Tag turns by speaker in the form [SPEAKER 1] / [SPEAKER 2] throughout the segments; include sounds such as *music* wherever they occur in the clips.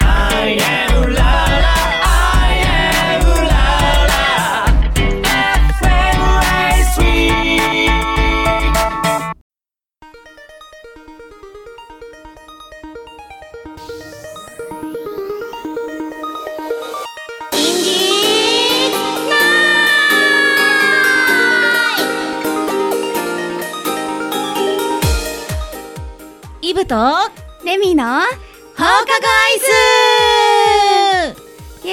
[SPEAKER 1] I am la la, I am la la. FM ライスウィーク
[SPEAKER 2] イブと
[SPEAKER 3] レミの放課後
[SPEAKER 2] アイス
[SPEAKER 3] イエ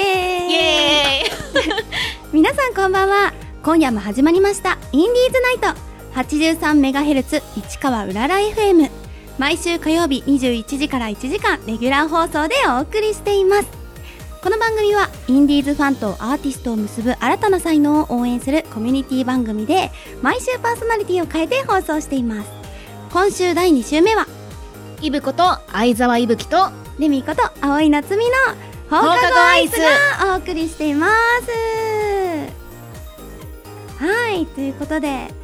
[SPEAKER 3] ーイ
[SPEAKER 2] イエーイ
[SPEAKER 3] 皆さんこんばんは今夜も始まりましたインディーズナイト 83MHz 市川うらら FM 毎週火曜日21時から1時間レギュラー放送でお送りしていますこの番組はインディーズファンとアーティストを結ぶ新たな才能を応援するコミュニティ番組で毎週パーソナリティを変えて放送しています今週第2週目は
[SPEAKER 2] イブこと相沢いぶきとは
[SPEAKER 3] レミこと青い夏美の放課後アイスがお送りしています。はい、ということで、なんか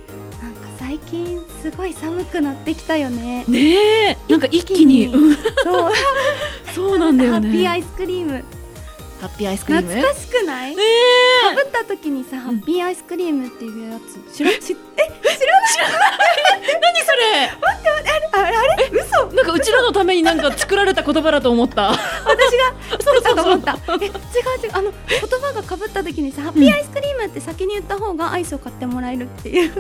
[SPEAKER 3] 最近すごい寒くなってきたよね。
[SPEAKER 4] ねえなんか一気にうん
[SPEAKER 3] そう、
[SPEAKER 4] そうなん *laughs* だ
[SPEAKER 3] ハ
[SPEAKER 4] よ
[SPEAKER 3] ッピーア
[SPEAKER 4] ね
[SPEAKER 3] イスクリーム、
[SPEAKER 2] ハッピーアイスクリーム
[SPEAKER 3] 懐かしくない。
[SPEAKER 4] ね
[SPEAKER 3] か
[SPEAKER 4] え
[SPEAKER 3] ぶった時にさ、ハッピーアイスクリームっていうやつ。
[SPEAKER 4] 知ら知え知らない何それ
[SPEAKER 3] あれ、あれ、嘘、
[SPEAKER 4] なんかうちらのためになんか作られた言葉だと思った私がそう
[SPEAKER 3] 嘘
[SPEAKER 4] そう
[SPEAKER 3] かと
[SPEAKER 4] そ
[SPEAKER 3] 思っ
[SPEAKER 4] う
[SPEAKER 3] た。え、違う違う、あの言葉がかぶった時にさ、ハッピーアイスクリームって先に言った方がアイスを買ってもらえるっていう。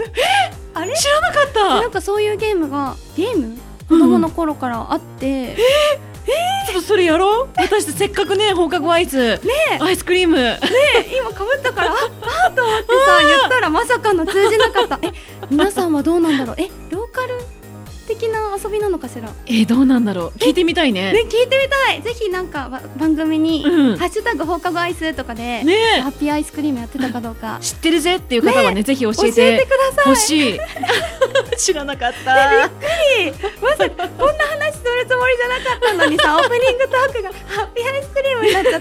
[SPEAKER 3] あれ。
[SPEAKER 4] 知らなかった
[SPEAKER 3] なんかそういうゲームがゲーム子供の頃からあって、
[SPEAKER 4] ちょっとそれやろう私せっかくね放課後アイスアイスクリーム
[SPEAKER 3] 今かぶったからああと思ってさ言ったらまさかの通じなかったえ皆さんはどうなんだろうえローカル的な遊びなのかしらね
[SPEAKER 4] えーどうなんだろう聞いてみたいね
[SPEAKER 3] 聞いてみたいぜひなんかば番組に、
[SPEAKER 4] うん
[SPEAKER 3] ハッシュタグ放課後アイス」とかで、
[SPEAKER 4] ね
[SPEAKER 3] ハッピーアイスクリームやってたかどうか
[SPEAKER 4] え知ってるぜっていう方はねぜひ教
[SPEAKER 3] 教え
[SPEAKER 4] え
[SPEAKER 3] て
[SPEAKER 4] て
[SPEAKER 3] くださ
[SPEAKER 4] ほ
[SPEAKER 3] い
[SPEAKER 4] しい知らなかった
[SPEAKER 3] まさかこんな話するつもりじゃなかったのに *laughs* さオープニングトークがハッピーアイスクリームになっちゃっ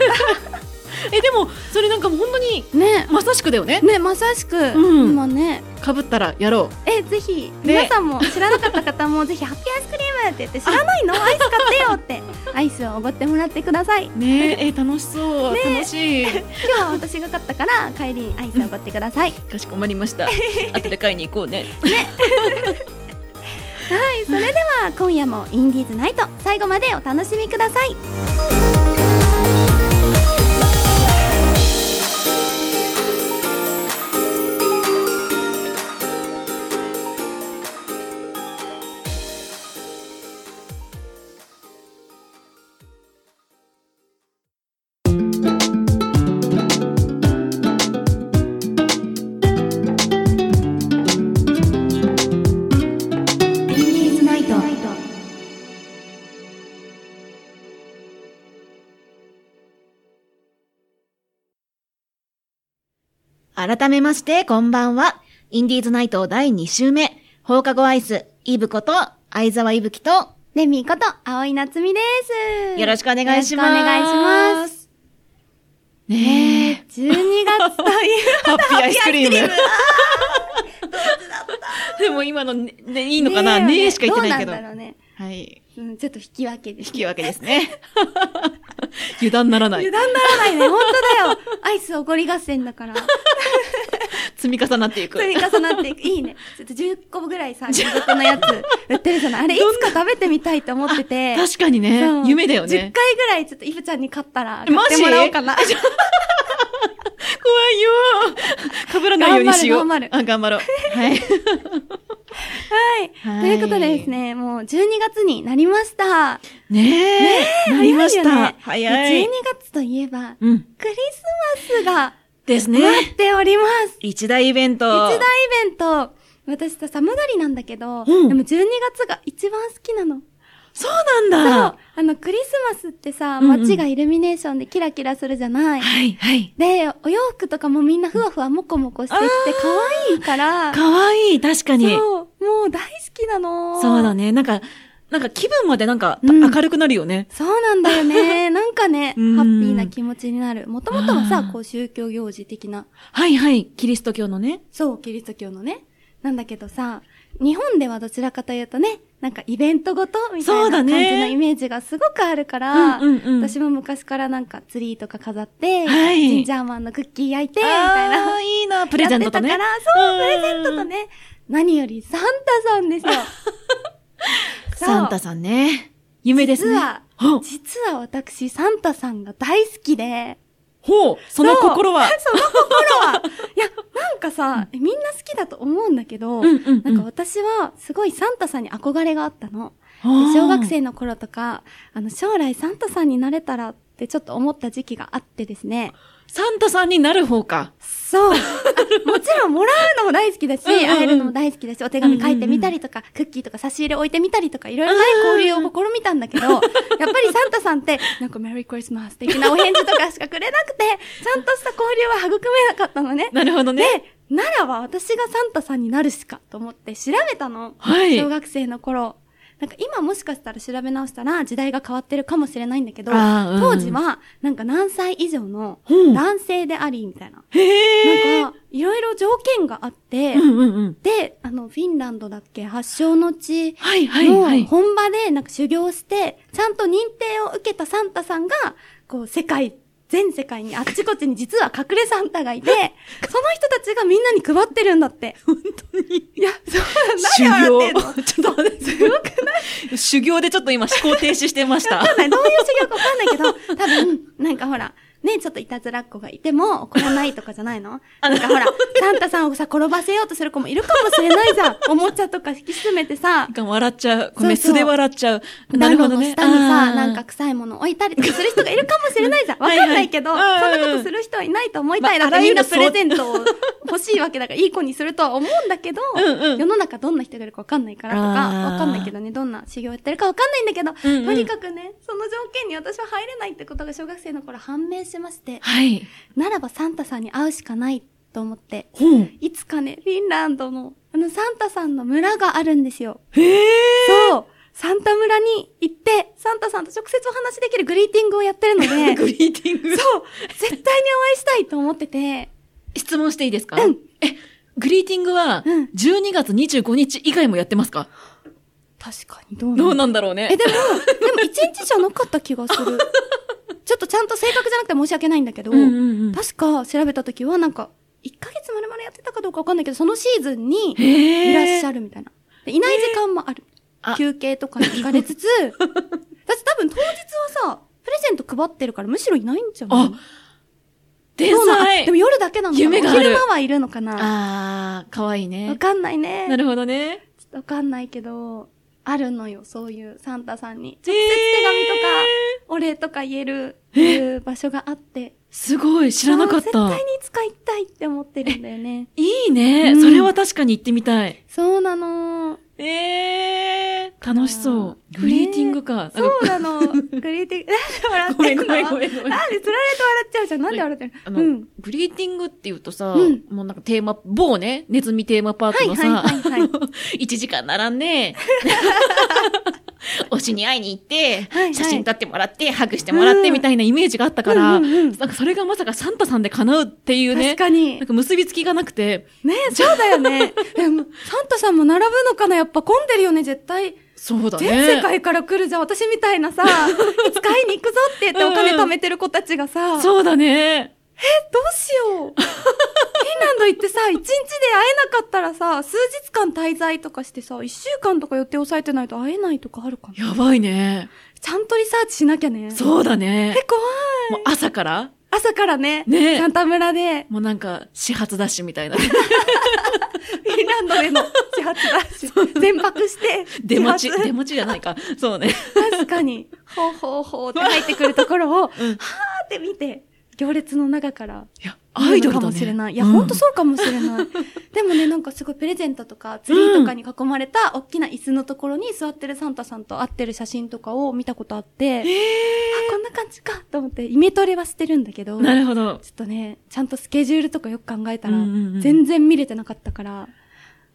[SPEAKER 4] えでもそれなんかもう本当に
[SPEAKER 3] たね
[SPEAKER 4] まさしくだよね
[SPEAKER 3] ねまさしく、
[SPEAKER 4] うん
[SPEAKER 3] 今ね
[SPEAKER 4] かぶったらやろう
[SPEAKER 3] えぜひ
[SPEAKER 4] ね
[SPEAKER 3] 皆さんも知らなかった方もぜひハッピーアイスクリームって言って知らない *laughs* のアイス買ってよってアイスをおごってもらってください今
[SPEAKER 4] ねええー楽しそう、楽しい
[SPEAKER 3] 日は私が買ったから帰りにアイスをおごってくださいは
[SPEAKER 4] かしこまりました
[SPEAKER 2] *laughs*
[SPEAKER 4] 後で買いに行こうね
[SPEAKER 3] いそれでは今夜もインディーズナイト最後までお楽しみくださいインディーズナイト
[SPEAKER 2] 改めまして、こんばんは。インディーズナイト第2週目、放課後アイス、イブこと、相沢いぶきと、
[SPEAKER 3] レミこと青い夏美です
[SPEAKER 2] よろしくお願いします。。
[SPEAKER 3] よろくお願いします
[SPEAKER 2] *laughs*
[SPEAKER 4] ねえ
[SPEAKER 3] *laughs* 12月という
[SPEAKER 4] ハッピーアイスクリーム *laughs* でも今のね、ねいいのかなねえしか言ってないけど
[SPEAKER 3] どうなんだろうね
[SPEAKER 4] はい
[SPEAKER 3] うんちょっと引き分けです
[SPEAKER 4] 引き分けですね *laughs* 油断ならない
[SPEAKER 3] 油断ならないね本当だよアイスおごり合戦
[SPEAKER 4] *laughs*
[SPEAKER 3] だから
[SPEAKER 4] 積み重なっていく
[SPEAKER 3] 積み重なっていく。いいね。ちょっと10個ぐらいさ、地元のやつ売ってるじゃない。あれいつか食べてみたいと思ってて。
[SPEAKER 4] 確かに
[SPEAKER 3] そう
[SPEAKER 4] ね夢だよ
[SPEAKER 3] 10回
[SPEAKER 4] ね
[SPEAKER 3] ぐらいちょっとイブちゃんに買ったら、
[SPEAKER 4] え
[SPEAKER 3] 買ってもらおうかな。
[SPEAKER 4] 怖いよかぶらないようにしよう
[SPEAKER 3] 頑張る
[SPEAKER 4] あ頑張ろう *laughs* はい
[SPEAKER 3] はい。
[SPEAKER 4] はい
[SPEAKER 3] ということでですね、もう12月になりました。
[SPEAKER 4] ねえなりまし
[SPEAKER 3] 早いよ
[SPEAKER 4] た
[SPEAKER 3] ね
[SPEAKER 4] 早
[SPEAKER 3] 12
[SPEAKER 4] い
[SPEAKER 3] 月といえば、
[SPEAKER 4] うん
[SPEAKER 3] クリスマスが
[SPEAKER 4] です
[SPEAKER 3] 待っ
[SPEAKER 4] ね
[SPEAKER 3] ております。
[SPEAKER 4] 一大イベント
[SPEAKER 3] 一大イベント。私さ、寒がりなんだけど、
[SPEAKER 4] うん
[SPEAKER 3] でも12月が一番好きなの。
[SPEAKER 4] そう
[SPEAKER 3] そう。
[SPEAKER 4] なんだ
[SPEAKER 3] あの、クリスマスってさ、
[SPEAKER 4] うんうん
[SPEAKER 3] 街がイルミネーションでキラキラするじゃない。
[SPEAKER 4] はいはい
[SPEAKER 3] で、お洋服とかもみんなふわふわもこもこしてきて可愛いから、
[SPEAKER 4] かわいい確かに
[SPEAKER 3] そう、もう大好きなの。
[SPEAKER 4] そうだ。ね。なんか、なんか気分までなんか、
[SPEAKER 3] うん
[SPEAKER 4] 明るくなるよね。
[SPEAKER 3] そうなんだよね。なんかね、ハ
[SPEAKER 4] うん
[SPEAKER 3] ッピーな気持ちになる。もともとは
[SPEAKER 4] あ
[SPEAKER 3] さ、
[SPEAKER 4] ー
[SPEAKER 3] こう宗教行事的な、
[SPEAKER 4] はいはい。キリスト教のね。
[SPEAKER 3] そう、キリスト教のね、なんだけどさ、日本ではどちらかというとね、なんかイベントごとみた
[SPEAKER 4] そ
[SPEAKER 3] いうな
[SPEAKER 4] だ
[SPEAKER 3] 感じ
[SPEAKER 4] ね
[SPEAKER 3] のイメージがすごくあるから、
[SPEAKER 4] うんうんうん
[SPEAKER 3] 私も昔からなんかツリーとか飾って、
[SPEAKER 4] はい
[SPEAKER 3] ジンジャーマンのクッキー焼いて、みたいな。
[SPEAKER 4] あーいいな、プレゼントとね。
[SPEAKER 3] やってたから、そう、
[SPEAKER 4] うん
[SPEAKER 3] プレゼントとね。何よりサンタさんで
[SPEAKER 4] *laughs*
[SPEAKER 3] すよ。そう
[SPEAKER 2] サンタさんね。夢ですね。
[SPEAKER 3] 実は
[SPEAKER 4] ほう、
[SPEAKER 3] 実は私、サンタさんが大好きで、
[SPEAKER 4] ほう、その心は。
[SPEAKER 3] *laughs* そうその心はいや、なんかさ、みんな好きだと思うんだけど、
[SPEAKER 4] うんうんうん
[SPEAKER 3] なんか私はすごいサンタさんに憧れがあったの。
[SPEAKER 4] あ
[SPEAKER 3] で
[SPEAKER 4] ー
[SPEAKER 3] 小学。生の頃とか、あの、将来サンタさんになれたらってちょっと思った時期があってですね。
[SPEAKER 4] サンタさんになる方か。
[SPEAKER 3] そう。あもちろんもらうのも大好きだし、
[SPEAKER 4] うんうんうん
[SPEAKER 3] 会えるのも大好きだし、お手紙書いてみたりとか、クッキーとか差し入れ置いてみたりとか、いろいろね、交流を試みたんだけど、やっぱりサンタさんって、なんかメリークリスマス的なお返事とかしかくれなくて、ちゃんとした交流は育めなかったのね。
[SPEAKER 4] なるほどね。
[SPEAKER 3] で、ならば私がサンタさんになるしかと思って調べたの。
[SPEAKER 4] はい
[SPEAKER 3] 小学生の頃。なんか今もしかしたら調べ直したら時代が変わってるかもしれないんだけど、
[SPEAKER 4] あーうん
[SPEAKER 3] 当時はなんか何歳以上の
[SPEAKER 4] うん
[SPEAKER 3] 男性でありみたいな。
[SPEAKER 4] へえ。
[SPEAKER 3] なんかいろいろ条件があって、
[SPEAKER 4] うんうんうん。
[SPEAKER 3] で、あの、フィンランドだっけ発祥の地
[SPEAKER 4] はいはいは
[SPEAKER 3] の
[SPEAKER 4] い。
[SPEAKER 3] 本場でなんか修行して、ちゃんと認定を受けたサンタさんが、こう世界、全世界にあっちこっちに実は隠れサンタが
[SPEAKER 4] *laughs*
[SPEAKER 3] いて、その人たちがみんなに配ってるんだって。本当にいや、そう、なんで笑って
[SPEAKER 4] 修行。 *laughs*
[SPEAKER 3] んの
[SPEAKER 4] ちょっと待って、すごくない修行でちょっと今思考停止してました
[SPEAKER 3] *laughs* わ。かんない。どういう修行かわかんないけど、多分、なんかほら、ね、ちょっといたずらっ子がいても怒らないとかじゃないのなんかほら、サンタさんをさ、転ばせようとする子もいるかもしれないじゃん。おもちゃとか引き詰めて
[SPEAKER 4] な
[SPEAKER 3] さ
[SPEAKER 4] ん、か笑っちゃう。ごめん、
[SPEAKER 3] そうそう
[SPEAKER 4] 素で笑っちゃう。な
[SPEAKER 3] 暖
[SPEAKER 4] る
[SPEAKER 3] 炉
[SPEAKER 4] ほど
[SPEAKER 3] の
[SPEAKER 4] ね。
[SPEAKER 3] 下に
[SPEAKER 4] あ
[SPEAKER 3] さ、
[SPEAKER 4] ー
[SPEAKER 3] なんか臭いもの置いたりとかする人がいるかもしれないじ
[SPEAKER 4] *laughs*
[SPEAKER 3] ゃん。わかんないけど、そん
[SPEAKER 4] はいはい
[SPEAKER 3] なことする人はいないと思いたい
[SPEAKER 4] ま
[SPEAKER 3] なっ
[SPEAKER 4] あ
[SPEAKER 3] て
[SPEAKER 4] あら
[SPEAKER 3] み
[SPEAKER 4] ゆ
[SPEAKER 3] ん
[SPEAKER 4] る
[SPEAKER 3] なプレゼントを欲しいわけだから、いい子にするとは思うんだけど
[SPEAKER 4] うんうん、
[SPEAKER 3] 世の中どんな人がいるかわかんないからとか、
[SPEAKER 4] あー
[SPEAKER 3] わかんないけどね、どんな修行やってるかわかんないんだけど、
[SPEAKER 4] うんうん
[SPEAKER 3] とにかくね、その条件に私は入れないってことが小学生の頃判明しまして、
[SPEAKER 4] はい。
[SPEAKER 3] ならばサンタさんに会うしかないと思って、
[SPEAKER 4] ほう。
[SPEAKER 3] いつかね、フィンランドの、あの、サンタさんの村があるんですよ。
[SPEAKER 4] へえ。
[SPEAKER 3] そう。サンタ村に行って、サンタさんと直接お話しできるグリーティングをやってるの
[SPEAKER 4] *laughs*
[SPEAKER 3] で、
[SPEAKER 4] グリーティング。そう。
[SPEAKER 3] 絶対にお会いしたいと思ってて、
[SPEAKER 4] 質問していいですか
[SPEAKER 3] うん。
[SPEAKER 4] え、グリーティングは、
[SPEAKER 3] うん
[SPEAKER 4] 12月25日以外もやってますか
[SPEAKER 3] 確かにどう
[SPEAKER 4] どう
[SPEAKER 3] の
[SPEAKER 4] なんだろうね。
[SPEAKER 3] え、でも、でも一日じゃなかった気がす
[SPEAKER 4] *laughs*
[SPEAKER 3] る。ちょっとちゃんと正確じゃなくて申し訳ないんだけど、
[SPEAKER 4] うんうんうん
[SPEAKER 3] 確か調べた時はなんか、1ヶ月丸々やってたかどうかわかんないけど、そのシーズンに
[SPEAKER 4] へー
[SPEAKER 3] いらっしゃるみたいな。でいない時間もある。
[SPEAKER 4] あ
[SPEAKER 3] 休憩とかに行かれ
[SPEAKER 4] *laughs*
[SPEAKER 3] つつ、私多分当日はさ、プレゼント配ってるからむしろいないんじゃない
[SPEAKER 4] あ、天
[SPEAKER 3] そうなのあ
[SPEAKER 4] 才
[SPEAKER 3] でも夜だけなのかな
[SPEAKER 4] 夢がある
[SPEAKER 3] 昼間はいるのかな
[SPEAKER 4] あー、かわいい
[SPEAKER 3] わ
[SPEAKER 4] ね。
[SPEAKER 3] かんないね。
[SPEAKER 4] なるほどね。
[SPEAKER 3] ちょっとわかんないけど、あるのよ、そういうサンタさんに。
[SPEAKER 4] 手
[SPEAKER 3] 手紙とか、お礼とか言える、いう場所があって。
[SPEAKER 4] すごい、知らなかっ
[SPEAKER 3] あー
[SPEAKER 4] た
[SPEAKER 3] 絶対。にいつか行きたいって思ってるんだよ
[SPEAKER 4] *laughs*
[SPEAKER 3] ね。
[SPEAKER 4] いいね、
[SPEAKER 3] うん
[SPEAKER 4] それは確かに行ってみたい。
[SPEAKER 3] そうなの。
[SPEAKER 4] えー、楽しそう。
[SPEAKER 3] ね
[SPEAKER 4] グリーティングか。
[SPEAKER 3] そ
[SPEAKER 4] なんか *laughs*
[SPEAKER 3] うなの。グリーティング、 *laughs* なんで笑っ
[SPEAKER 4] ごめ
[SPEAKER 3] て
[SPEAKER 4] ん
[SPEAKER 3] ん
[SPEAKER 4] ご
[SPEAKER 3] の
[SPEAKER 4] めんごめんごめん。
[SPEAKER 3] なんで釣られて笑っちゃうじゃん。なんで笑ってる
[SPEAKER 4] あ
[SPEAKER 3] の
[SPEAKER 4] の、
[SPEAKER 3] うん。
[SPEAKER 4] グリーティングって言うとさ、
[SPEAKER 3] うん
[SPEAKER 4] もうなんかテーマ、某ね、ネズミテーマパークのさ、
[SPEAKER 3] はいはいはいはい
[SPEAKER 4] 1時間並ん
[SPEAKER 3] *laughs*
[SPEAKER 4] で、推しに会いに行って、
[SPEAKER 3] はいはい
[SPEAKER 4] 写真撮ってもらって、ハグしてもらってみたいなイメージがあったから、
[SPEAKER 3] うんうんうん
[SPEAKER 4] なんかそれがまさかサンタさんで叶うっていうね、
[SPEAKER 3] 確かに
[SPEAKER 4] なん。か結びつきがなくて、
[SPEAKER 3] ねえ、そうだよ
[SPEAKER 4] *laughs*
[SPEAKER 3] ね。でも、サンタさんも並ぶのかなやっぱ混んでるよね、絶対。
[SPEAKER 4] そうだね。
[SPEAKER 3] 全世界から来るじゃん、私みたい
[SPEAKER 4] *laughs*
[SPEAKER 3] なさ、いつ買いに行くぞって言ってお金貯めてる子たちがさ、どう
[SPEAKER 4] そうだね。
[SPEAKER 3] しよう。フィンランド行って
[SPEAKER 4] *laughs*
[SPEAKER 3] さ、一日で会えなかったらさ、数日間滞在とかしてさ、一週間とか予定抑えてないと会えないとかあるかな
[SPEAKER 4] やばいね。
[SPEAKER 3] ちゃんとリサーチしなきゃね。う。
[SPEAKER 4] そうだね
[SPEAKER 3] え、。怖
[SPEAKER 4] もう
[SPEAKER 3] い。
[SPEAKER 4] 朝から、
[SPEAKER 3] 朝からね、
[SPEAKER 4] ねえ
[SPEAKER 3] サンタ村で、
[SPEAKER 4] もうなんか始発ダッシュみたいな。
[SPEAKER 3] *laughs* フィンランドでの始発だ
[SPEAKER 4] *laughs*
[SPEAKER 3] し、全泊して、
[SPEAKER 4] 出待ち、
[SPEAKER 3] 始発
[SPEAKER 4] 出待ちじゃないか。そう
[SPEAKER 3] *laughs*
[SPEAKER 4] ね。
[SPEAKER 3] 確かに、ほうほうほうって入ってくるところを、はーって見て、行列の中から
[SPEAKER 4] いや、アイドルだね。
[SPEAKER 3] かもしれない。いや、ほんとそうかもしれ
[SPEAKER 4] *laughs*
[SPEAKER 3] ない。でもね、なんかすごいプレゼントとか、ツリーとかに囲まれた大きな椅子のところに座ってるサンタさんと会ってる写真とかを見たことあって、あ、こんな感じかと思って、イメトレはしてるんだけど、
[SPEAKER 4] な
[SPEAKER 3] ちょ
[SPEAKER 4] るほど。
[SPEAKER 3] っとね、ちゃんとスケジュールとかよく考えたら
[SPEAKER 4] うんうんうん、
[SPEAKER 3] 全然見れてなかったから、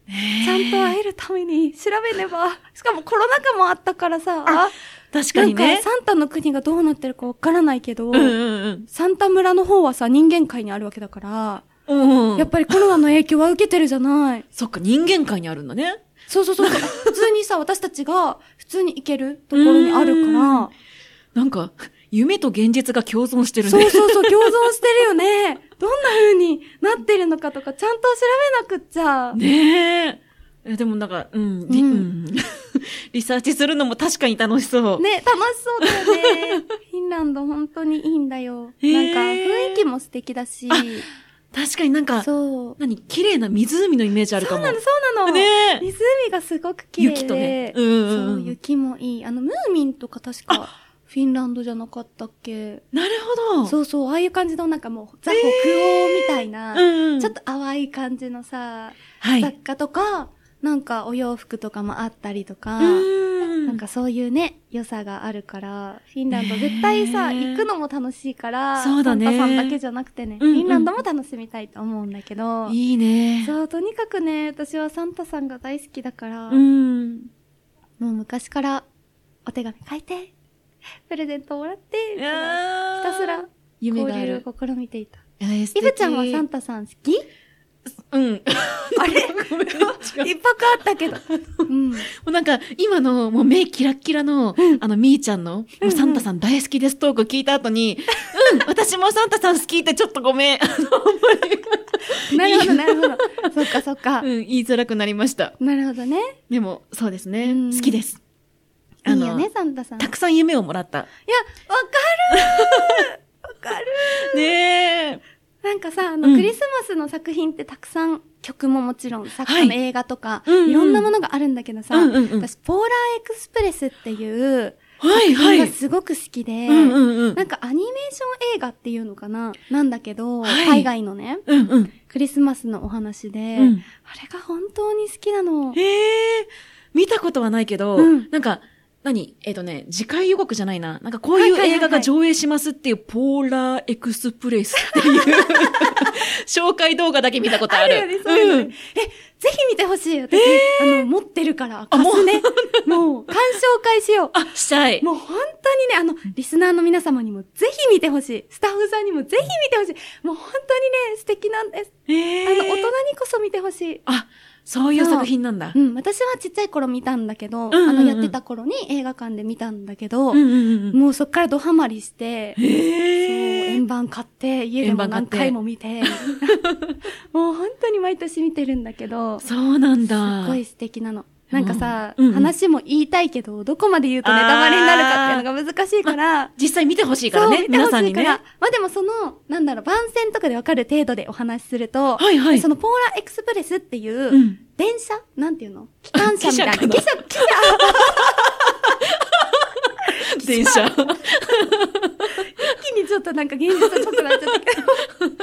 [SPEAKER 3] ち
[SPEAKER 4] ち
[SPEAKER 3] ゃんと会えるために調べねば。しかもコロナ禍もあったからさ、あ
[SPEAKER 4] 確かに
[SPEAKER 3] なん
[SPEAKER 4] ね
[SPEAKER 3] か。サンタの国がどうなってるかわからないけど、
[SPEAKER 4] うんうん
[SPEAKER 3] サンタ村の方はさ、人間界にあるわけだから、
[SPEAKER 4] うん。うん。
[SPEAKER 3] やっぱりコロナの影響は受けてるじゃない。
[SPEAKER 4] そっか、人間界にあるんだね。
[SPEAKER 3] そうそうそう。普通にさ、私たちが普通に行けるところにあるか
[SPEAKER 4] う
[SPEAKER 3] ら、
[SPEAKER 4] なんか、夢と現実が共存してるね。
[SPEAKER 3] そうそうそう、共存してるよね。どんな風になってるのかとか、ちゃんと調べなくっちゃ。
[SPEAKER 4] ねえ。いやでもなんか、うん、リ,、
[SPEAKER 3] う
[SPEAKER 4] うんん *laughs* リサーチするのも確かに楽しそう。
[SPEAKER 3] ね、楽しそうだ
[SPEAKER 4] *laughs*
[SPEAKER 3] よね。フィンランド本当にいいんだよ。なんか
[SPEAKER 4] へー
[SPEAKER 3] 雰囲気も素敵だし。
[SPEAKER 4] 確かになんか、
[SPEAKER 3] そう。
[SPEAKER 4] 何綺麗な湖のイメージあるか
[SPEAKER 3] そう
[SPEAKER 4] も。
[SPEAKER 3] なの、そうなの。
[SPEAKER 4] ねえ。
[SPEAKER 3] 湖がすごく綺麗で。
[SPEAKER 4] 雪とねうんうんうん
[SPEAKER 3] そう、雪もいい。あの、ムーミンとか確か、フィンランドじゃなかったっけ
[SPEAKER 4] なるほど。
[SPEAKER 3] そうそう、ああいう感じのなんかもう、ザ北欧みたいな、
[SPEAKER 4] うんうん。
[SPEAKER 3] ちょっと淡い感じのさ、
[SPEAKER 4] はい。
[SPEAKER 3] 雑貨とか、なんかお洋服とかもあったりとか、
[SPEAKER 4] な
[SPEAKER 3] なんか、そういうね、良さがあるから、フィンランド絶対さ、
[SPEAKER 4] ねえ
[SPEAKER 3] 行くのも楽しいから、
[SPEAKER 4] そうだね
[SPEAKER 3] サンタさんだけじゃなくてね、
[SPEAKER 4] うんうん
[SPEAKER 3] フィンランドも楽しみたいと思うんだけど、
[SPEAKER 4] いいね。
[SPEAKER 3] そう、とにかくね、私はサンタさんが大好きだから、
[SPEAKER 4] うん。
[SPEAKER 3] もう昔からお手紙書いて、プレゼントもらって、みたいなひたすら
[SPEAKER 4] 夢
[SPEAKER 3] 交
[SPEAKER 4] があ
[SPEAKER 3] 流
[SPEAKER 4] る。
[SPEAKER 3] を試みていた。
[SPEAKER 4] い
[SPEAKER 3] イブちゃんはサン
[SPEAKER 4] タ。
[SPEAKER 3] タさん好き
[SPEAKER 4] うん。
[SPEAKER 3] あ *laughs* れ
[SPEAKER 4] ごめん。違う
[SPEAKER 3] 一泊あったけど。うん。
[SPEAKER 4] もうなんか、今の、もう目キラッキラの、あの、みーちゃんの、もうサンタさん大好きですトーク聞いた後に、うん、私もサンタさん好きってちょっとごめん。あの、ほんまに。
[SPEAKER 3] なるほど、なるほど。そっかそっか。
[SPEAKER 4] うん、 *laughs* 言いづらくなりました。
[SPEAKER 3] なるほどね。
[SPEAKER 4] でも、そうですね
[SPEAKER 3] うん。
[SPEAKER 4] 好きです。
[SPEAKER 3] い
[SPEAKER 4] あ
[SPEAKER 3] い
[SPEAKER 4] の
[SPEAKER 3] よね、サンタさん。い
[SPEAKER 4] た
[SPEAKER 3] や、
[SPEAKER 4] くさん夢をもらった。
[SPEAKER 3] わか
[SPEAKER 4] ねえ。
[SPEAKER 3] なんかさ、あ
[SPEAKER 4] う
[SPEAKER 3] の、
[SPEAKER 4] ん
[SPEAKER 3] クリスマスの作品ってたくさん曲ももちろん、作家の映画とか、
[SPEAKER 4] うんうん
[SPEAKER 3] いろんなものがあるんだけどさ、
[SPEAKER 4] うんうんうん
[SPEAKER 3] 私、ポーラーエクスプレスっていう、
[SPEAKER 4] はい、は
[SPEAKER 3] が
[SPEAKER 4] い。
[SPEAKER 3] すごく好きで、
[SPEAKER 4] うん、うん、うん
[SPEAKER 3] な。んかアニメーション映画っていうのかななんだけど、
[SPEAKER 4] はい
[SPEAKER 3] 海外のね、
[SPEAKER 4] うん、うん。
[SPEAKER 3] クリスマスのお話で、
[SPEAKER 4] うん
[SPEAKER 3] あれが本当に好きなの。
[SPEAKER 4] へえ、見たことはないけど、
[SPEAKER 3] うん
[SPEAKER 4] なんか、何えっ、とね、次回予告じゃないな。なんかこういう
[SPEAKER 3] はいはいはいはい
[SPEAKER 4] 映画が上映しますっていう、ポーラーエクスプレスっていう、
[SPEAKER 3] *laughs*
[SPEAKER 4] 紹介動画だけ見たことある。
[SPEAKER 3] よね、そういうのね
[SPEAKER 4] ん。
[SPEAKER 3] え、ぜひ見てほしい。私、あの、持ってるから、
[SPEAKER 4] あ
[SPEAKER 3] 貸
[SPEAKER 4] もう
[SPEAKER 3] すね。
[SPEAKER 4] *laughs*
[SPEAKER 3] もう、鑑賞会しよう。
[SPEAKER 4] あ、したい。
[SPEAKER 3] もう本当にね、あの、リスナーの皆様にもぜひ見てほしい。スタッフさんにもぜひ見てほしい。もう本当にね、素敵なんです。あ
[SPEAKER 4] え
[SPEAKER 3] の、大人にこそ見てほしい。
[SPEAKER 4] あ、そういう作品なんだ
[SPEAKER 3] う。ん、私はちっちゃい頃見たんだけど、
[SPEAKER 4] んうんうん
[SPEAKER 3] あの、やってた頃に映画館で見たんだけど、
[SPEAKER 4] うんうんうん。
[SPEAKER 3] もうそっからドハマりして、そう、
[SPEAKER 4] へえ。
[SPEAKER 3] 円盤買って、家でも
[SPEAKER 4] 円盤買っ
[SPEAKER 3] 何
[SPEAKER 4] て
[SPEAKER 3] 回も見て、もう本当に毎年見てるんだけど、す
[SPEAKER 4] そうなんだ。
[SPEAKER 3] っごい素敵なの。なんかさ、
[SPEAKER 4] うんうん
[SPEAKER 3] 話も言いたいけど、どこまで言うとネタバレになるかっていうのが難しいから、
[SPEAKER 4] 実際見てほしいか
[SPEAKER 3] そ
[SPEAKER 4] ら
[SPEAKER 3] う、
[SPEAKER 4] ね。
[SPEAKER 3] 見てほ
[SPEAKER 4] 皆
[SPEAKER 3] し
[SPEAKER 4] さん
[SPEAKER 3] い
[SPEAKER 4] に
[SPEAKER 3] か
[SPEAKER 4] ね。
[SPEAKER 3] ら
[SPEAKER 4] は。
[SPEAKER 3] まあでもその、なんだろう、番宣とかでわかる程度でお話しすると、
[SPEAKER 4] いはい。、
[SPEAKER 3] そのポーラーエクスプレスっていううん電車、なんていうの機関車みたいな。
[SPEAKER 4] 汽車かな
[SPEAKER 3] 汽車、汽車
[SPEAKER 4] 電
[SPEAKER 3] *laughs*
[SPEAKER 4] 車。
[SPEAKER 3] 一気にちょっとなんか現実っぽくなっちゃったけど、汽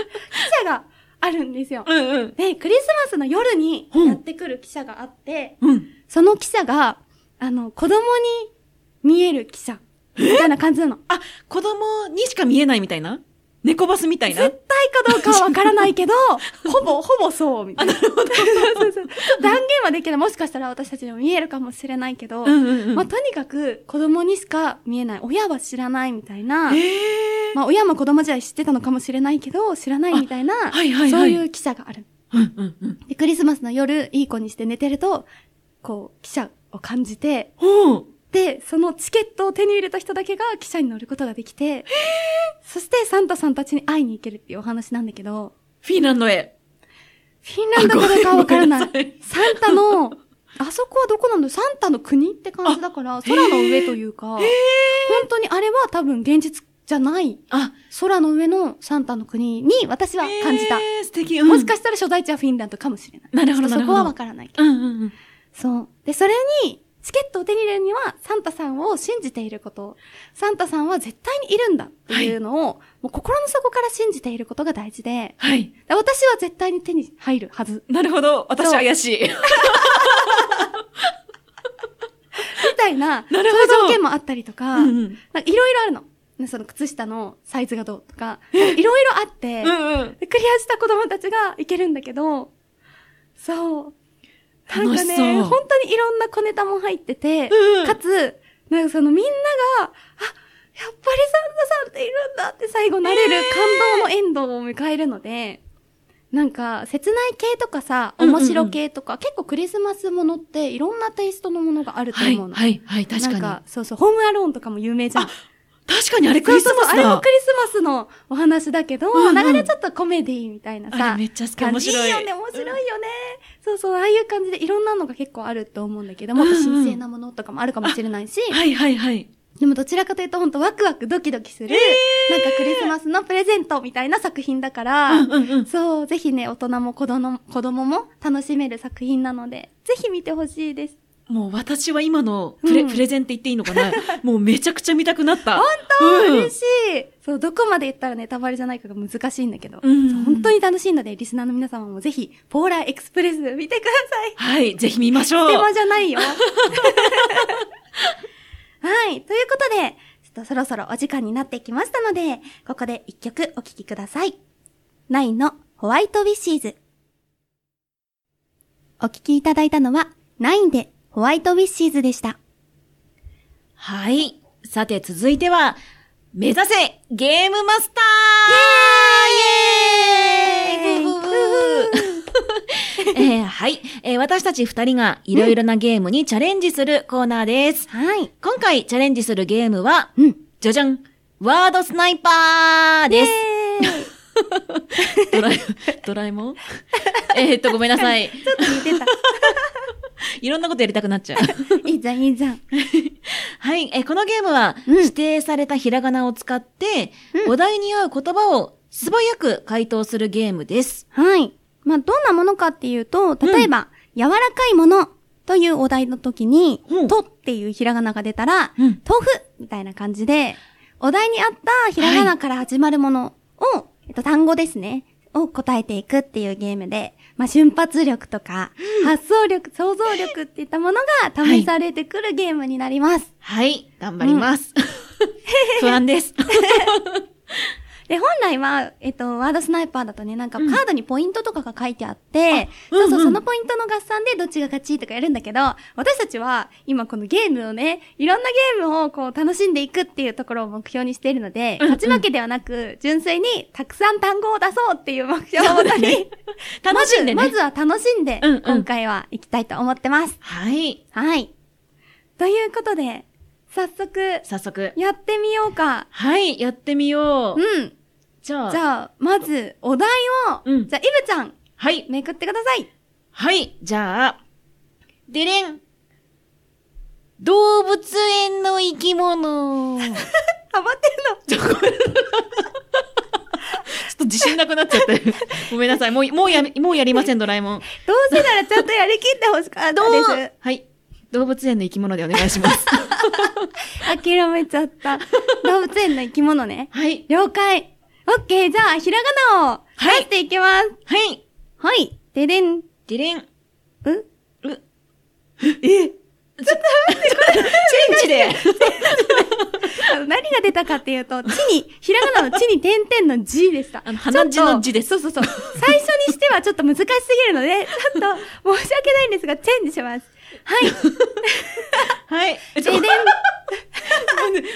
[SPEAKER 3] 車があるんですよ。
[SPEAKER 4] うんうん。
[SPEAKER 3] で、クリスマスの夜に
[SPEAKER 4] うん
[SPEAKER 3] やってくる汽車があって、
[SPEAKER 4] うん。
[SPEAKER 3] その汽車が、あの、子供に見える汽車、みたいな感じなの。
[SPEAKER 4] あ、子供にしか見えないみたいな猫バスみたいな
[SPEAKER 3] 絶対かどうかはわからないけど、
[SPEAKER 4] *laughs*
[SPEAKER 3] ほぼ、ほぼそう、みたいな。そうそうそう断言はできない。もしかしたら私たちにも見えるかもしれないけど、
[SPEAKER 4] うんうんうん
[SPEAKER 3] まあ、とにかく子供にしか見えない。親は知らないみたいな。
[SPEAKER 4] ええ
[SPEAKER 3] まあ、親も子供時代知ってたのかもしれないけど、知らないみたいな、
[SPEAKER 4] あはいはいはい
[SPEAKER 3] そういう記者がある。
[SPEAKER 4] うんうんうん。
[SPEAKER 3] で、クリスマスの夜、いい子にして寝てると、こう、記者を感じて、
[SPEAKER 4] ほう。
[SPEAKER 3] で、そのチケットを手に入れた人だけが記者に乗ることができて、そしてサンタさんたちに会いに行けるっていうお話なんだけど、
[SPEAKER 4] フィンランドへ。
[SPEAKER 3] フィンランドかどうかはわからな
[SPEAKER 4] あ
[SPEAKER 3] い
[SPEAKER 4] ごめんな。
[SPEAKER 3] サンタの、あそこはどこなんだサンタの国って感じだから、空の上というか、本当にあれは多分現実じゃない、
[SPEAKER 4] あ、
[SPEAKER 3] 空の上のサンタの国に私は感じた。
[SPEAKER 4] えー素敵。
[SPEAKER 3] もしか
[SPEAKER 4] し
[SPEAKER 3] したら初代地はフィンランドかもしれない。
[SPEAKER 4] なるほど
[SPEAKER 3] ちょっとそ
[SPEAKER 4] なるほ
[SPEAKER 3] こ
[SPEAKER 4] ど
[SPEAKER 3] はわからないけど。
[SPEAKER 4] うんうんうん。
[SPEAKER 3] そう。で、それに、チケットを手に入れるには、サンタさんを信じていること。サンタさんは絶対にいるんだっていうのを、もう心の底から信じていることが大事で、
[SPEAKER 4] はい。
[SPEAKER 3] で私は絶対に手に入るはず。
[SPEAKER 4] なるほど。私
[SPEAKER 3] そう
[SPEAKER 4] 怪しい。
[SPEAKER 3] みたいな、
[SPEAKER 4] *laughs* なるほど
[SPEAKER 3] そういう条件もあったりとか、
[SPEAKER 4] うんうん
[SPEAKER 3] なんかいろいろあるの。ねその靴下のサイズがどうとか、いろいろあって、
[SPEAKER 4] うんうん。
[SPEAKER 3] でクリアした子供たちがいけるんだけど、そう。なん
[SPEAKER 4] 楽
[SPEAKER 3] か
[SPEAKER 4] しそう
[SPEAKER 3] ね、本当にいろんな小ネタも入ってて、
[SPEAKER 4] うん
[SPEAKER 3] かつ、なんかそのみんなが、あ、やっぱりサンタさんっているんだって最後なれる感動のエンドを迎えるので、なんか、切ない系とかさ、
[SPEAKER 4] うんうんうん
[SPEAKER 3] 面白系とか、結構クリスマスものっていろんなテイストのものがあると
[SPEAKER 4] はい、
[SPEAKER 3] 思うの。
[SPEAKER 4] はい、はい、確かに。
[SPEAKER 3] なんか、そうそう、ホームアローンとかも有名じゃん。
[SPEAKER 4] あ確かにあれクリスマス
[SPEAKER 3] そうそうあれも
[SPEAKER 4] だ
[SPEAKER 3] ク。リスマスのお話だけど、
[SPEAKER 4] うんうん
[SPEAKER 3] 流れちょっとコメディみたいな
[SPEAKER 4] あ
[SPEAKER 3] さ
[SPEAKER 4] れめ。っちゃ好き、
[SPEAKER 3] 感
[SPEAKER 4] 面
[SPEAKER 3] じいい
[SPEAKER 4] 白い。
[SPEAKER 3] よね、面白いよね。そうそう、ああいう感じでいろんなのが結構あると思うんだけど、もっと神聖なものとかもあるかもしれないし、
[SPEAKER 4] はい、はい、はい。
[SPEAKER 3] でもどちらかというと本当ワクワクドキドキする、なんかクリスマスのプレゼントみたいな作品だから、
[SPEAKER 4] うん、うん、うん。
[SPEAKER 3] そう、ぜひね、大人も子供子供も楽しめる作品なので、ぜひ見てほしいです。
[SPEAKER 4] もう私は今のプレ,、
[SPEAKER 3] うん
[SPEAKER 4] プレゼンって言っていいのかなもうめちゃくちゃ見たくなった。本
[SPEAKER 3] 嬉しいそう、どこまで言ったらネタバレじゃないかが難しいんだけど、
[SPEAKER 4] うん
[SPEAKER 3] そう本当に楽しいので、リスナーの皆様もぜひ、ポーラーエクスプレス見てください
[SPEAKER 4] はい、ぜひ見ましょう。
[SPEAKER 3] 手間じゃ
[SPEAKER 2] *laughs*
[SPEAKER 3] ないよ。はい、ということで、ちょっとそろそろお時間になってきましたので、ここで一曲お聴きください。ナインのホワイトウィッシーズ。お聴きいただいたのは、ナインでホワイトウィッシーズでした。
[SPEAKER 2] はい。さて、続いては、目指せゲームマスターイエーイ
[SPEAKER 3] イエーイ
[SPEAKER 2] ブブブーえーはい、えー私たち二人がいろいろなゲームにチャレンジするコーナーです。
[SPEAKER 3] はい。
[SPEAKER 2] 今回チャレンジするゲームは、
[SPEAKER 3] うん。
[SPEAKER 2] じゃじゃんワードスナイパーです
[SPEAKER 4] ド
[SPEAKER 2] *laughs*
[SPEAKER 4] ラえ、ドラえもんえーっと、ごめんなさい。
[SPEAKER 3] ちょっと似
[SPEAKER 2] *laughs*
[SPEAKER 3] てた。
[SPEAKER 4] いろんなことやりたくなっちゃう。
[SPEAKER 3] *laughs* いいじゃん、いいじゃん。
[SPEAKER 2] はい、えーこのゲームは、
[SPEAKER 3] うん
[SPEAKER 2] 指定されたひらがなを使って、
[SPEAKER 3] うん
[SPEAKER 2] お題に合う言葉を素早く回答するゲームです。
[SPEAKER 3] はい。まあ、どんなものかっていうと、例えば、柔らかいものというお題の時に、
[SPEAKER 4] うん
[SPEAKER 3] とっていうひらがなが出たら、
[SPEAKER 4] うん
[SPEAKER 3] 豆腐みたいな感じで、お題にあったひらがなから始まるものを、えっと、単語ですね。を答えていくっていうゲームで、まあ、瞬発力とか、発想力、想像力っていったものが試されてくるゲームになります。
[SPEAKER 2] はい、頑張ります。 *laughs* 不安
[SPEAKER 3] *laughs*
[SPEAKER 2] です。
[SPEAKER 3] で、本来は、えっと、ワードスナイパーだとね、なんかカ
[SPEAKER 4] ん
[SPEAKER 3] ードにポイントとかが書いてあって、
[SPEAKER 4] うんうん
[SPEAKER 3] そうそう、そのポイントの合算でどっちが勝ちとかやるんだけど、私たちは今このゲームをね、いろんなゲームをこう楽しんでいくっていうところを目標にしているので、
[SPEAKER 4] うんうん
[SPEAKER 3] 勝ち負けではなく、純粋にたくさん単語を出そうっていう目標を *laughs* もとに、
[SPEAKER 4] 楽しんでね。
[SPEAKER 3] まずまずは楽しんで、
[SPEAKER 4] うんうん
[SPEAKER 3] 今回は行きたいと思ってます。
[SPEAKER 2] はい、
[SPEAKER 3] はい。ということで、早速、
[SPEAKER 2] 早速。
[SPEAKER 3] やってみようか。
[SPEAKER 4] はい、やってみよう。
[SPEAKER 3] うん。
[SPEAKER 2] じゃあ、
[SPEAKER 3] じゃあ、まず、お題を、
[SPEAKER 4] うん
[SPEAKER 3] じゃあ、イブちゃん、
[SPEAKER 4] はい、
[SPEAKER 3] めくってください。
[SPEAKER 2] はい、じゃあ、でれん。動物園の生き
[SPEAKER 4] *laughs*
[SPEAKER 2] 物。
[SPEAKER 3] ハマってるの。
[SPEAKER 4] ちょっと自信なくなっちゃ *laughs* って。ごめんなさい。もう、もうやめ、もうやりません、ドラえ *laughs* もん。
[SPEAKER 3] どうせならちゃんとやりきってほ
[SPEAKER 4] *laughs*
[SPEAKER 3] しかったで
[SPEAKER 4] はい。動物園の生き物でお願いします。
[SPEAKER 3] す。諦めちゃった。動物園の生き物ね。
[SPEAKER 4] *laughs* はい。
[SPEAKER 3] 了解。オッケー、じゃあ、ひらがなを、出
[SPEAKER 4] はい
[SPEAKER 3] していきます。
[SPEAKER 4] はい。
[SPEAKER 3] はい。ででん、う
[SPEAKER 4] デ *laughs* レン。
[SPEAKER 3] チ
[SPEAKER 4] チェンジで。
[SPEAKER 3] 何が出たかっていうと、地に、ひらがなの地に点々の字でした。
[SPEAKER 4] *laughs* あの鼻血の字です
[SPEAKER 3] ちょっとそうそうそう。最初にしてはちょっと難しすぎるので、ちょっと申し訳ないんですが、チェンジします。
[SPEAKER 4] *laughs*
[SPEAKER 3] はい。
[SPEAKER 4] *laughs* はい。
[SPEAKER 3] ででん、
[SPEAKER 4] *laughs*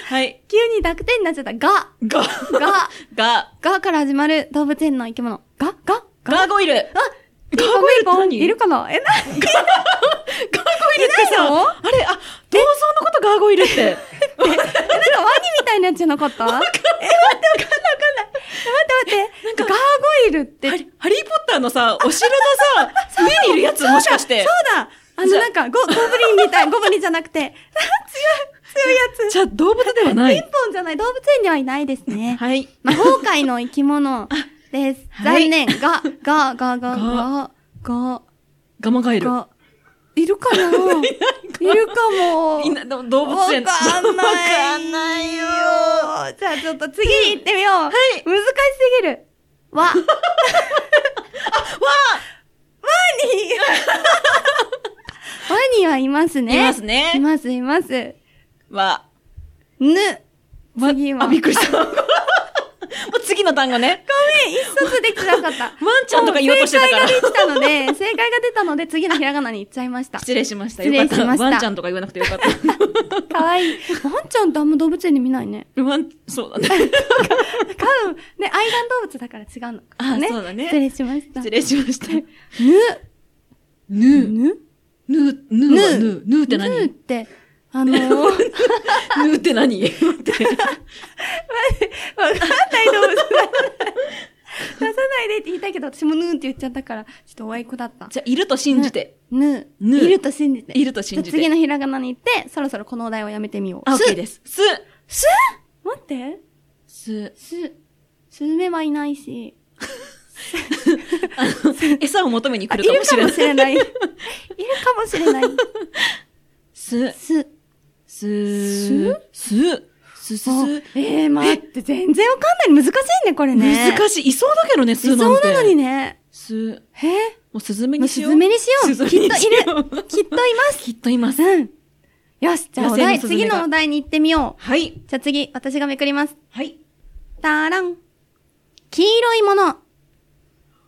[SPEAKER 4] はい。
[SPEAKER 3] 急に濁点になっちゃった。が、
[SPEAKER 4] が、
[SPEAKER 3] が、
[SPEAKER 4] が、
[SPEAKER 3] がから始まる動物園の生き物。が、が、
[SPEAKER 4] ガーゴイル。ガー
[SPEAKER 3] ピンポン
[SPEAKER 4] ゴイルって
[SPEAKER 3] ピンポン
[SPEAKER 4] 何
[SPEAKER 3] いるかなえ、
[SPEAKER 4] ガ
[SPEAKER 3] な、
[SPEAKER 4] ーゴイルって
[SPEAKER 3] いないの
[SPEAKER 4] さ、あれ、あ、銅像のことガーゴイル *laughs* って。
[SPEAKER 3] えなんかワニみたいなやつじゃなかったえ、待って、わかんないわかんない。待って待って。ガーゴイルって。
[SPEAKER 4] ハリハリーポッターのさ、お城のさ、上にいるやつもしかして。
[SPEAKER 3] そうだあ
[SPEAKER 4] じ
[SPEAKER 3] の、
[SPEAKER 4] ゃあ
[SPEAKER 3] なんか、ゴ、ゴブリンみたい、ゴブリンじゃなくて、強い、強いやつ。
[SPEAKER 4] じゃあ動物ではな
[SPEAKER 3] ピン
[SPEAKER 4] い。
[SPEAKER 3] ポンじゃない、動物園にはいないですね。
[SPEAKER 4] はい。
[SPEAKER 3] 魔法界の生き物です。
[SPEAKER 4] はい
[SPEAKER 3] 残念。が、が、が、が、が、が、
[SPEAKER 4] ガマガエル。
[SPEAKER 3] が、いる
[SPEAKER 4] *laughs*
[SPEAKER 3] かないるかも。
[SPEAKER 4] みんな、でも動
[SPEAKER 3] わ
[SPEAKER 4] 物園。
[SPEAKER 3] かんない。
[SPEAKER 4] わかんないよ。
[SPEAKER 3] じゃあちょっと次に行っ
[SPEAKER 4] *laughs*
[SPEAKER 3] てみよう。はい難しすぎる。わ。わ。わに。ワニはいますね。
[SPEAKER 4] います
[SPEAKER 3] い
[SPEAKER 4] ね。
[SPEAKER 3] ます、います。
[SPEAKER 4] わ、
[SPEAKER 3] ぬ。
[SPEAKER 4] わ
[SPEAKER 3] 次は *laughs*
[SPEAKER 4] あ、びっくりした。もう次次の単語ね。
[SPEAKER 3] 一冊できてな
[SPEAKER 4] *laughs*
[SPEAKER 3] かった。
[SPEAKER 4] ワンちゃんとか言おうとしてたから
[SPEAKER 3] もう。正解ができ *laughs* たので、正解が出たので、次のひらがなに行っちゃいました。
[SPEAKER 4] 失礼しました。
[SPEAKER 3] 失礼しました
[SPEAKER 4] よかったワンちゃんとか言わなくてよかった。
[SPEAKER 3] かわいい。ワンちゃんってあんま動物園で見ない
[SPEAKER 4] *laughs*
[SPEAKER 3] ね。
[SPEAKER 4] ワン、そうだね。
[SPEAKER 3] *laughs* 多分、ね、愛玩動物だから違うのか
[SPEAKER 4] あ、
[SPEAKER 3] もね。
[SPEAKER 4] そうだ
[SPEAKER 3] 失
[SPEAKER 4] ね。
[SPEAKER 3] 礼しました。
[SPEAKER 4] 失礼しました。
[SPEAKER 3] ぬ、
[SPEAKER 4] ぬ、
[SPEAKER 3] ぬ、
[SPEAKER 4] ぬ、ぬはぬ、ぬって
[SPEAKER 3] ぬっ
[SPEAKER 4] 何
[SPEAKER 3] て、あのー、 *laughs* わかん
[SPEAKER 4] ぬって何待って
[SPEAKER 3] ない動物だ。出さないでって言いたいけど、私もぬーって言っちゃったから、ちょっとおあいこだった。
[SPEAKER 4] じゃあ、いると信じて。
[SPEAKER 3] ぬ、
[SPEAKER 4] ぬ
[SPEAKER 3] いると信じて。
[SPEAKER 4] いると信じて
[SPEAKER 3] じゃあ次のひらがなに行って、そろそろこのお題をやめてみよう。
[SPEAKER 4] あ、
[SPEAKER 3] す
[SPEAKER 4] OK です。す、
[SPEAKER 3] す待って。
[SPEAKER 4] す、
[SPEAKER 3] す、スズメはいないし。
[SPEAKER 4] 餌を求めに
[SPEAKER 3] あ
[SPEAKER 4] 来
[SPEAKER 3] い
[SPEAKER 4] る
[SPEAKER 3] る
[SPEAKER 4] かもし
[SPEAKER 3] か
[SPEAKER 4] れ
[SPEAKER 3] も
[SPEAKER 4] ない
[SPEAKER 3] し。れない。いるかもしれない。 *laughs*
[SPEAKER 4] す、
[SPEAKER 3] す。
[SPEAKER 4] す、す、す、す、
[SPEAKER 3] あ
[SPEAKER 4] す。
[SPEAKER 3] えー、待って、全然わかんない。難しいね、これね。
[SPEAKER 4] 難しい。いそうだけどね、
[SPEAKER 3] いそ
[SPEAKER 4] す
[SPEAKER 3] う
[SPEAKER 4] なんて。
[SPEAKER 3] なのにね。
[SPEAKER 4] す、
[SPEAKER 3] え
[SPEAKER 4] もうスズメ
[SPEAKER 3] もう
[SPEAKER 4] に
[SPEAKER 3] ス
[SPEAKER 4] しよう。
[SPEAKER 3] ズメにしよう。
[SPEAKER 4] スズ
[SPEAKER 3] きっ
[SPEAKER 4] メに
[SPEAKER 3] とい
[SPEAKER 4] し
[SPEAKER 3] る。
[SPEAKER 4] よう。
[SPEAKER 3] きっといます。
[SPEAKER 4] きっといます。
[SPEAKER 3] うん。よし、じゃあお題、
[SPEAKER 4] 野生のスズメ
[SPEAKER 3] 次
[SPEAKER 4] が
[SPEAKER 3] のお題に行ってみよ
[SPEAKER 4] はい。
[SPEAKER 3] う。じゃあ次、私がめくります。
[SPEAKER 4] はい。
[SPEAKER 3] たらん。黄色いもの。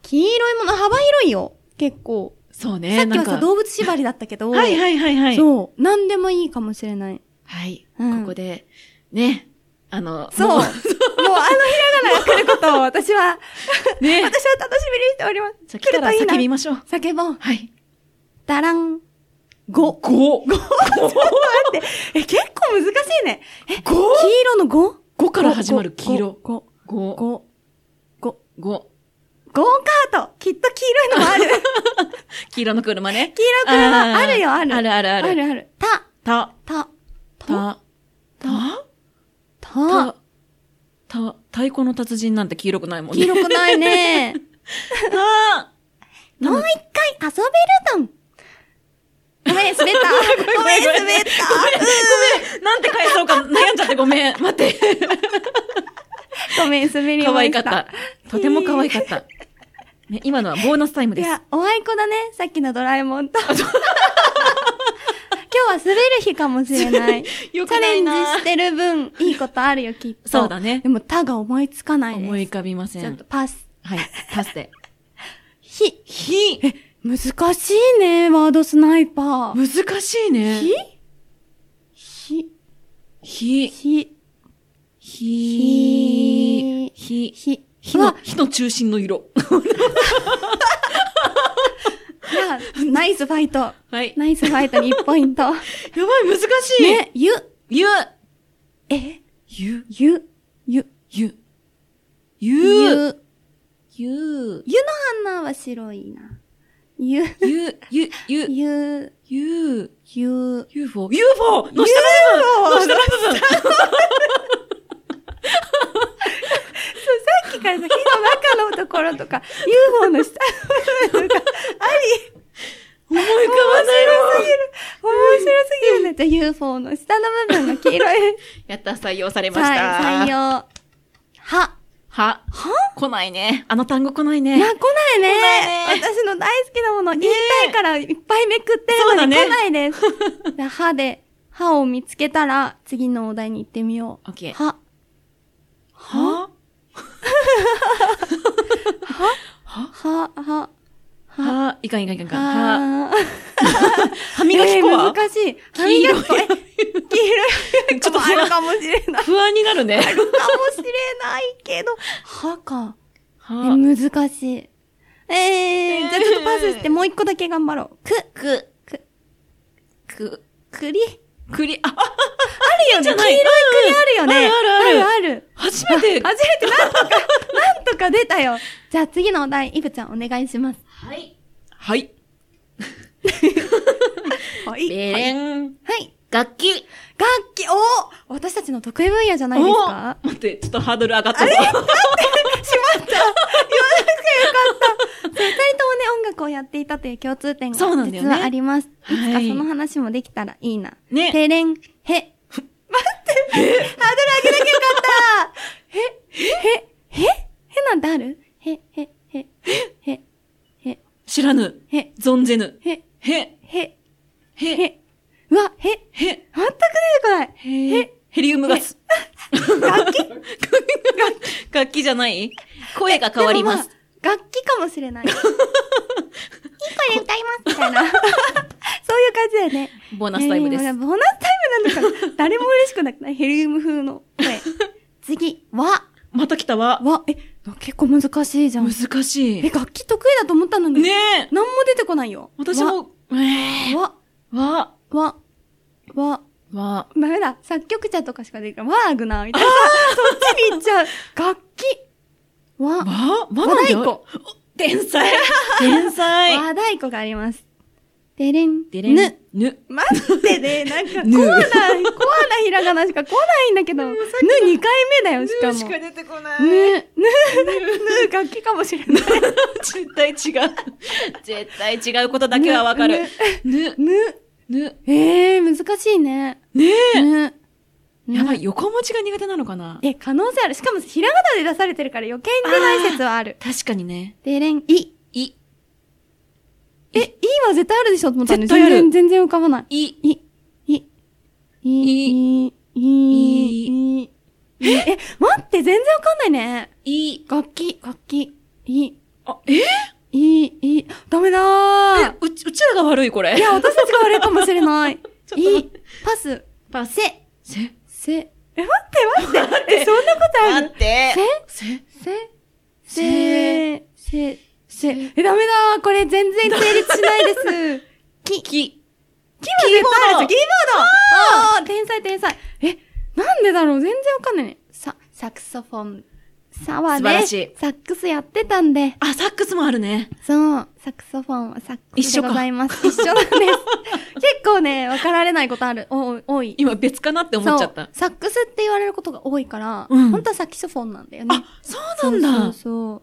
[SPEAKER 3] 黄色いもの、幅広いよ。結構。
[SPEAKER 4] そうね。
[SPEAKER 3] さっきは
[SPEAKER 4] な
[SPEAKER 3] さ、
[SPEAKER 4] んか
[SPEAKER 3] 動物縛りだったけど。
[SPEAKER 4] はいはいはいはい。
[SPEAKER 3] そう。何でもいいかもしれない。
[SPEAKER 4] はい。
[SPEAKER 3] うん
[SPEAKER 4] ここで、ね。あの、
[SPEAKER 3] そう。も
[SPEAKER 4] も
[SPEAKER 3] う、あのひらがなが来ることを私は、
[SPEAKER 4] ね。
[SPEAKER 3] 私は楽しみにしております。
[SPEAKER 4] じゃあ来たら
[SPEAKER 3] 来ると
[SPEAKER 4] 叫
[SPEAKER 3] いい
[SPEAKER 4] び
[SPEAKER 3] な。
[SPEAKER 4] ましょう。
[SPEAKER 3] 叫ぼう。
[SPEAKER 4] はい。
[SPEAKER 3] だらん。
[SPEAKER 4] 五五五
[SPEAKER 3] え、結構難しいね。え、黄
[SPEAKER 4] 五
[SPEAKER 3] 色の 5?
[SPEAKER 4] 五から始まる黄色。
[SPEAKER 3] 5、
[SPEAKER 4] 五五
[SPEAKER 3] 5、5。
[SPEAKER 4] 五
[SPEAKER 3] ゴーカートきっと黄色いのもある。黄色
[SPEAKER 4] 黄色の車ね。
[SPEAKER 3] い車あるよ、
[SPEAKER 4] ー
[SPEAKER 3] ある。
[SPEAKER 4] あるあるあ
[SPEAKER 3] あ
[SPEAKER 4] る。
[SPEAKER 3] るある。た、
[SPEAKER 4] た、
[SPEAKER 3] た、た、
[SPEAKER 4] た、た、
[SPEAKER 3] た
[SPEAKER 4] た、。た、太鼓の達人なんて黄色くないもんね。
[SPEAKER 3] 黄色くないね。
[SPEAKER 4] た、 *laughs*
[SPEAKER 3] もう一回遊べるドン。ごめん、滑った。ごめん、滑った。
[SPEAKER 4] なんて返そうか悩んじゃってごめん。待って。
[SPEAKER 3] ごめん、滑りました。
[SPEAKER 4] 可愛かった。とても可愛かった。ね、今のはボーナスタイム
[SPEAKER 3] い
[SPEAKER 4] です。
[SPEAKER 3] や、おあいこだね。さっきのドラえもんと。今日は滑る日かもしれない。
[SPEAKER 4] *laughs*
[SPEAKER 3] チ
[SPEAKER 4] よ
[SPEAKER 3] ャレンジしてる分、いいことあるよ、きっと。
[SPEAKER 4] そうだね
[SPEAKER 3] でも、たが思いつかないです。
[SPEAKER 4] 思い浮かびませ
[SPEAKER 3] ちょっ
[SPEAKER 4] ん
[SPEAKER 3] と。パス。
[SPEAKER 4] はい。パスで。
[SPEAKER 3] ひ。
[SPEAKER 4] ひ
[SPEAKER 3] 難しいね、ワードスナイパー。
[SPEAKER 4] 難しいね。
[SPEAKER 3] ひひ、
[SPEAKER 4] ひ
[SPEAKER 3] ひ、
[SPEAKER 4] ひ
[SPEAKER 3] ひ
[SPEAKER 4] ひ
[SPEAKER 3] ひ。
[SPEAKER 4] ひ
[SPEAKER 3] う
[SPEAKER 4] の
[SPEAKER 3] わ、
[SPEAKER 4] 火の中心の色。
[SPEAKER 3] いや、 *laughs* ナイスファイト。
[SPEAKER 4] はい。
[SPEAKER 3] ナイスファイトに1ポイン *laughs* ト。
[SPEAKER 4] やばい、難しい。
[SPEAKER 3] ね、ゆ、
[SPEAKER 4] ゆ、
[SPEAKER 3] え、
[SPEAKER 4] ゆ、
[SPEAKER 3] ゆ、ゆ、
[SPEAKER 4] ゆ、
[SPEAKER 3] ゆ、
[SPEAKER 4] ゆ、
[SPEAKER 3] ゆ
[SPEAKER 4] ゆ、
[SPEAKER 3] の花は白いな。ゆ、
[SPEAKER 4] ゆ、ゆ、ゆ、
[SPEAKER 3] ゆ、
[SPEAKER 4] ゆ、
[SPEAKER 3] ゆ、
[SPEAKER 4] UFO。UFO! の下の部分の下の部分
[SPEAKER 3] さっきからさ、火の中のところと *laughs* か、UFO の下の部分とか、あり、
[SPEAKER 4] 思い浮かばない
[SPEAKER 3] 面白すぎる。面白す *laughs* ぎるね。じゃあ UFO の下の部分が黄色い。
[SPEAKER 4] やった、採用されました。
[SPEAKER 3] はい、採用。は、は
[SPEAKER 4] は、来ないね。あの単語来ない
[SPEAKER 3] いや、
[SPEAKER 4] ね。
[SPEAKER 3] 来ないね
[SPEAKER 4] ないね
[SPEAKER 3] 私の大好きなもの、言いたいからいっぱいめくってるのに
[SPEAKER 4] そう
[SPEAKER 3] 来
[SPEAKER 4] だ
[SPEAKER 3] ないです。 *laughs* じゃあ歯で、歯を見つけたら、次のお題に行ってみよう。
[SPEAKER 4] オッケー
[SPEAKER 3] 歯。
[SPEAKER 4] は
[SPEAKER 3] 歯、歯。
[SPEAKER 4] はいかんいかんいかんいかん。は、
[SPEAKER 3] 歯。
[SPEAKER 4] 歯磨き粉
[SPEAKER 3] え
[SPEAKER 4] は
[SPEAKER 3] ー難しい。歯
[SPEAKER 4] 黄色 *laughs*
[SPEAKER 3] 磨
[SPEAKER 4] い
[SPEAKER 3] き粉。え黄色い。 *laughs*
[SPEAKER 4] ちょっと
[SPEAKER 3] あ
[SPEAKER 4] 不
[SPEAKER 3] る
[SPEAKER 4] 安、
[SPEAKER 3] かもしれない。
[SPEAKER 4] 不安になるね。
[SPEAKER 3] かもしれない *laughs* けど。歯か。え
[SPEAKER 4] は、
[SPEAKER 3] 難しい。え
[SPEAKER 4] え
[SPEAKER 3] ー、
[SPEAKER 4] ー
[SPEAKER 3] じゃあちょっとパスして、もう一個だけ頑張ろう。く、
[SPEAKER 4] く、
[SPEAKER 3] く、
[SPEAKER 4] く、
[SPEAKER 3] 栗。
[SPEAKER 4] くり、あ、あ、あ
[SPEAKER 3] ある
[SPEAKER 4] じ
[SPEAKER 3] よ
[SPEAKER 4] ゃ
[SPEAKER 3] ね。
[SPEAKER 4] ない
[SPEAKER 3] 黄色い栗あるよね。
[SPEAKER 4] うんあるあるある
[SPEAKER 3] あるある。
[SPEAKER 4] 初めて。
[SPEAKER 3] *laughs* 初めてなんとか、なんとか出たよ。じゃあ次のお題、イブちゃんお願いします。
[SPEAKER 2] はい。
[SPEAKER 4] はい。
[SPEAKER 3] はい
[SPEAKER 2] ベ
[SPEAKER 3] はい。
[SPEAKER 2] レン。
[SPEAKER 3] はい。
[SPEAKER 2] 楽器。
[SPEAKER 3] 楽器、お私たちの得意分野じゃないですか
[SPEAKER 4] お待って、ちょっとハードル上がったぞ。
[SPEAKER 3] 二人ともね、音楽をやっていたという共通点が
[SPEAKER 4] そうなんだよ
[SPEAKER 3] 実
[SPEAKER 4] ね
[SPEAKER 3] はあります。いつ
[SPEAKER 4] は
[SPEAKER 3] か
[SPEAKER 4] い
[SPEAKER 3] その話もできたらいいな。
[SPEAKER 4] ね
[SPEAKER 3] てれん、へ。待って、ハードル上げなきゃよかったへ、へ、へ、へなんてあるへ、へ、へ、へ、へ、
[SPEAKER 4] 知らぬ。
[SPEAKER 3] へ、
[SPEAKER 4] 存ぜぬ。
[SPEAKER 3] へ、
[SPEAKER 4] へ、
[SPEAKER 3] へ、
[SPEAKER 4] へ、
[SPEAKER 3] へ。うわ、へ、
[SPEAKER 4] へ、
[SPEAKER 3] 全く出てこない。
[SPEAKER 4] へ、ヘリウムガス。
[SPEAKER 3] 楽器
[SPEAKER 4] 楽器 *laughs* 楽器じゃない声が変わります。
[SPEAKER 3] でもあ楽器かもしれない。いい声歌いますみたいな。
[SPEAKER 4] *laughs*
[SPEAKER 3] そういう感じだよね。
[SPEAKER 4] ボーナスタイムです
[SPEAKER 3] えー。ボーナスタイムなんだから、誰も嬉しくなくないヘリウム風の声。次、和。
[SPEAKER 4] また来たわ。
[SPEAKER 3] 和、え、結構難しいじゃん。
[SPEAKER 4] 難し
[SPEAKER 3] え、
[SPEAKER 4] い。
[SPEAKER 3] 楽器得意だと思ったのに。
[SPEAKER 4] ねえ
[SPEAKER 3] 何も出てこないよ。
[SPEAKER 4] 私も、え
[SPEAKER 3] 和。
[SPEAKER 4] ー、わ、
[SPEAKER 3] 和、和、和。
[SPEAKER 4] わ、
[SPEAKER 3] ダメだ。作曲者とかしかできない。ワーグナーみたいな。そっちに行っちゃう。楽器。和。
[SPEAKER 4] わ、
[SPEAKER 3] 和
[SPEAKER 4] わなん
[SPEAKER 3] 太
[SPEAKER 4] だ
[SPEAKER 3] 鼓。
[SPEAKER 4] よ。天
[SPEAKER 3] *laughs*
[SPEAKER 4] 才天才
[SPEAKER 3] 和太鼓があります。でれん。
[SPEAKER 4] でれん
[SPEAKER 3] ぬ。、
[SPEAKER 4] ぬ。
[SPEAKER 3] 待ってね、
[SPEAKER 4] *laughs*
[SPEAKER 3] なんか、コア
[SPEAKER 4] ぬ
[SPEAKER 3] な、コアなひらがなしか来ないんだけど、ぬ2回目だよ、しかも。
[SPEAKER 4] 出てこな
[SPEAKER 3] ぬ、ぬ、ぬ、楽器かもしれない。
[SPEAKER 4] *laughs* 絶対違う。絶対違うことだけはわかる。ぬ、
[SPEAKER 3] ぬ、
[SPEAKER 4] ぬ。
[SPEAKER 3] えー、難しいね。
[SPEAKER 4] ねえ。
[SPEAKER 3] ぬ。ぬ
[SPEAKER 4] やばい、横持ちが苦手なのかな
[SPEAKER 3] え、可能性ある。しかも、ひらがなで出されてるから余計に出ない説はある。
[SPEAKER 4] 確かにね。
[SPEAKER 3] でれん、い。
[SPEAKER 4] い、
[SPEAKER 3] え、いは絶対あるでしょと思ったのに
[SPEAKER 4] 絶対ある
[SPEAKER 3] 全然、全然浮かばない。
[SPEAKER 4] い、
[SPEAKER 3] い、い、い、い、い、い、い、え、待って、全然わかんないね。
[SPEAKER 4] い、
[SPEAKER 3] 楽器、楽器、い、
[SPEAKER 4] あ、え
[SPEAKER 3] いい、いい、ダメだー。
[SPEAKER 4] うち、うちらが悪いこれ。
[SPEAKER 3] いや、私たちが悪いかもしれない。
[SPEAKER 4] *laughs* ちょっと
[SPEAKER 3] い
[SPEAKER 4] 待
[SPEAKER 3] い、パス、
[SPEAKER 4] パス。
[SPEAKER 3] せ、
[SPEAKER 4] せ、
[SPEAKER 3] せ。え、待って、待って。えそんなことある
[SPEAKER 1] て
[SPEAKER 4] せ、
[SPEAKER 3] せ、せ、せ、せ。え、ダメだー。これ全然成立しない
[SPEAKER 4] *laughs*
[SPEAKER 3] です。
[SPEAKER 4] き、
[SPEAKER 3] き、キーは絶対あるでしょ
[SPEAKER 4] キ
[SPEAKER 3] キーボードあー天才天才。え、なんでだろう全然わかんないね。さ、サクソフォン。さは
[SPEAKER 4] 素晴
[SPEAKER 3] ね、
[SPEAKER 4] らしい
[SPEAKER 3] サックスやってたんで。
[SPEAKER 4] あ、サックスもあるね。
[SPEAKER 3] そう、サクソフォンはサック
[SPEAKER 4] *laughs*
[SPEAKER 3] ス
[SPEAKER 4] 一
[SPEAKER 3] で
[SPEAKER 4] 緒か
[SPEAKER 3] ございます。一緒なんです。結構ね、わかられないことある。お、多い。
[SPEAKER 4] 今別かなって思っちゃっ
[SPEAKER 3] そう
[SPEAKER 4] た。
[SPEAKER 3] サックスって言われることが多いから、
[SPEAKER 4] うん
[SPEAKER 3] 本当はサキソフォンなんだよね
[SPEAKER 4] あ。、そうな
[SPEAKER 3] そ
[SPEAKER 4] ん
[SPEAKER 3] う
[SPEAKER 4] だ。
[SPEAKER 3] そうそ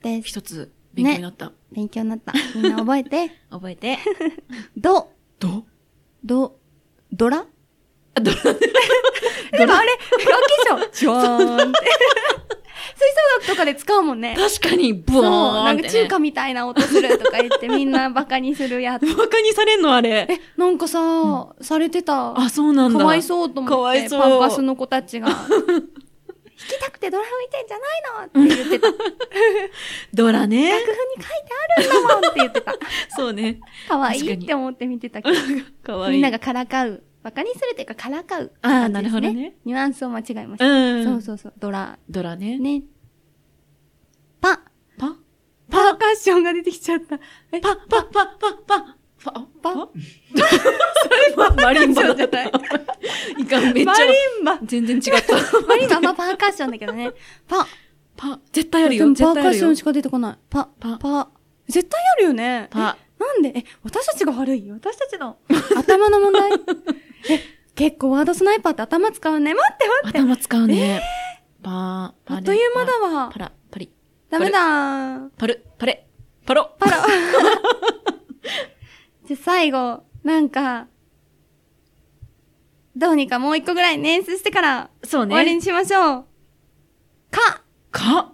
[SPEAKER 3] う。です。
[SPEAKER 4] 一つ、勉強になった。
[SPEAKER 3] 勉強になった。みんな覚えて。
[SPEAKER 4] *laughs* 覚え
[SPEAKER 3] *laughs*
[SPEAKER 4] て。
[SPEAKER 3] ド、
[SPEAKER 4] ど
[SPEAKER 3] ド、ドラ
[SPEAKER 4] あ、
[SPEAKER 3] *laughs*
[SPEAKER 4] ど、
[SPEAKER 3] でもあれ、楽器じゃん。じゃーんって。吹奏楽とかで使うもんね。
[SPEAKER 4] *laughs* 確かに、ブ
[SPEAKER 3] そ
[SPEAKER 4] ー
[SPEAKER 3] う、
[SPEAKER 4] ン
[SPEAKER 3] な
[SPEAKER 4] っ
[SPEAKER 3] ん
[SPEAKER 4] て
[SPEAKER 3] か
[SPEAKER 4] ね
[SPEAKER 3] 中華みたいな音するとか言ってみんなバカにするや
[SPEAKER 4] *laughs*
[SPEAKER 3] つ。
[SPEAKER 4] バカにされんのあれ。
[SPEAKER 3] え、なんかさ、されてた。
[SPEAKER 4] あ、そうなん
[SPEAKER 3] か
[SPEAKER 4] だ。
[SPEAKER 3] わいそうと
[SPEAKER 4] か
[SPEAKER 3] 思っ
[SPEAKER 4] わ
[SPEAKER 3] て、
[SPEAKER 4] いそう
[SPEAKER 3] パンパスの子たち
[SPEAKER 4] *laughs*
[SPEAKER 3] が。弾きたくてドラ吹いてんじゃないのって
[SPEAKER 4] *laughs*
[SPEAKER 3] 言ってた。楽
[SPEAKER 4] ドラね。
[SPEAKER 3] 譜に書いてあるんだもんって言っ
[SPEAKER 4] *laughs*
[SPEAKER 3] てた。
[SPEAKER 4] そうね。
[SPEAKER 3] かわい
[SPEAKER 4] 確か
[SPEAKER 3] い
[SPEAKER 4] に
[SPEAKER 3] って思って見てたけど。
[SPEAKER 4] かわいい。
[SPEAKER 3] みんながからかう。バカにするっていうか、からかう、
[SPEAKER 4] あーなるほどね。
[SPEAKER 3] ニュアンスを間違えました。
[SPEAKER 4] うん。
[SPEAKER 3] そうそうそう、ドラ。
[SPEAKER 4] ドラね。
[SPEAKER 3] ね。パ。
[SPEAKER 4] パ
[SPEAKER 3] パーカッションが出てきちゃった。え、
[SPEAKER 4] パ、パ、パ、パ、パ、パ、
[SPEAKER 3] パ
[SPEAKER 4] それは *laughs* マリンバだっ
[SPEAKER 3] マ
[SPEAKER 4] た
[SPEAKER 3] リン。
[SPEAKER 4] いかん、めっちゃ
[SPEAKER 3] マ。リンバ。
[SPEAKER 4] 全然違った。
[SPEAKER 3] マリンバはパーカッションだけ
[SPEAKER 4] *laughs*
[SPEAKER 3] どね。パ。
[SPEAKER 4] パ、絶対ある
[SPEAKER 3] で
[SPEAKER 4] よ。
[SPEAKER 3] も
[SPEAKER 4] 絶
[SPEAKER 3] パー
[SPEAKER 4] 対
[SPEAKER 3] カ
[SPEAKER 4] あ
[SPEAKER 3] ッ
[SPEAKER 4] る
[SPEAKER 3] ショ
[SPEAKER 4] よ
[SPEAKER 3] ンし。か出てこない。パ、
[SPEAKER 4] パ
[SPEAKER 3] パ。絶対あるよね。
[SPEAKER 4] パ
[SPEAKER 3] え。なんでえ、私たちが悪い私たちの頭の問題
[SPEAKER 4] *laughs*
[SPEAKER 3] え、結構ワードスナイパーって頭使うね。待って待って。
[SPEAKER 4] 頭使うね。パー、パ
[SPEAKER 3] あ
[SPEAKER 4] レ
[SPEAKER 3] っという間だ
[SPEAKER 4] パ
[SPEAKER 3] わ
[SPEAKER 4] パ。ラ、パリ、
[SPEAKER 3] ダメだー。
[SPEAKER 4] パル、パレ、パロ。
[SPEAKER 3] パラ。じゃ、最後、なんか、どうにかもう一個ぐらい捻出してから、
[SPEAKER 4] そう
[SPEAKER 3] 終わり
[SPEAKER 4] ね
[SPEAKER 3] に。しましょう。か、
[SPEAKER 4] か、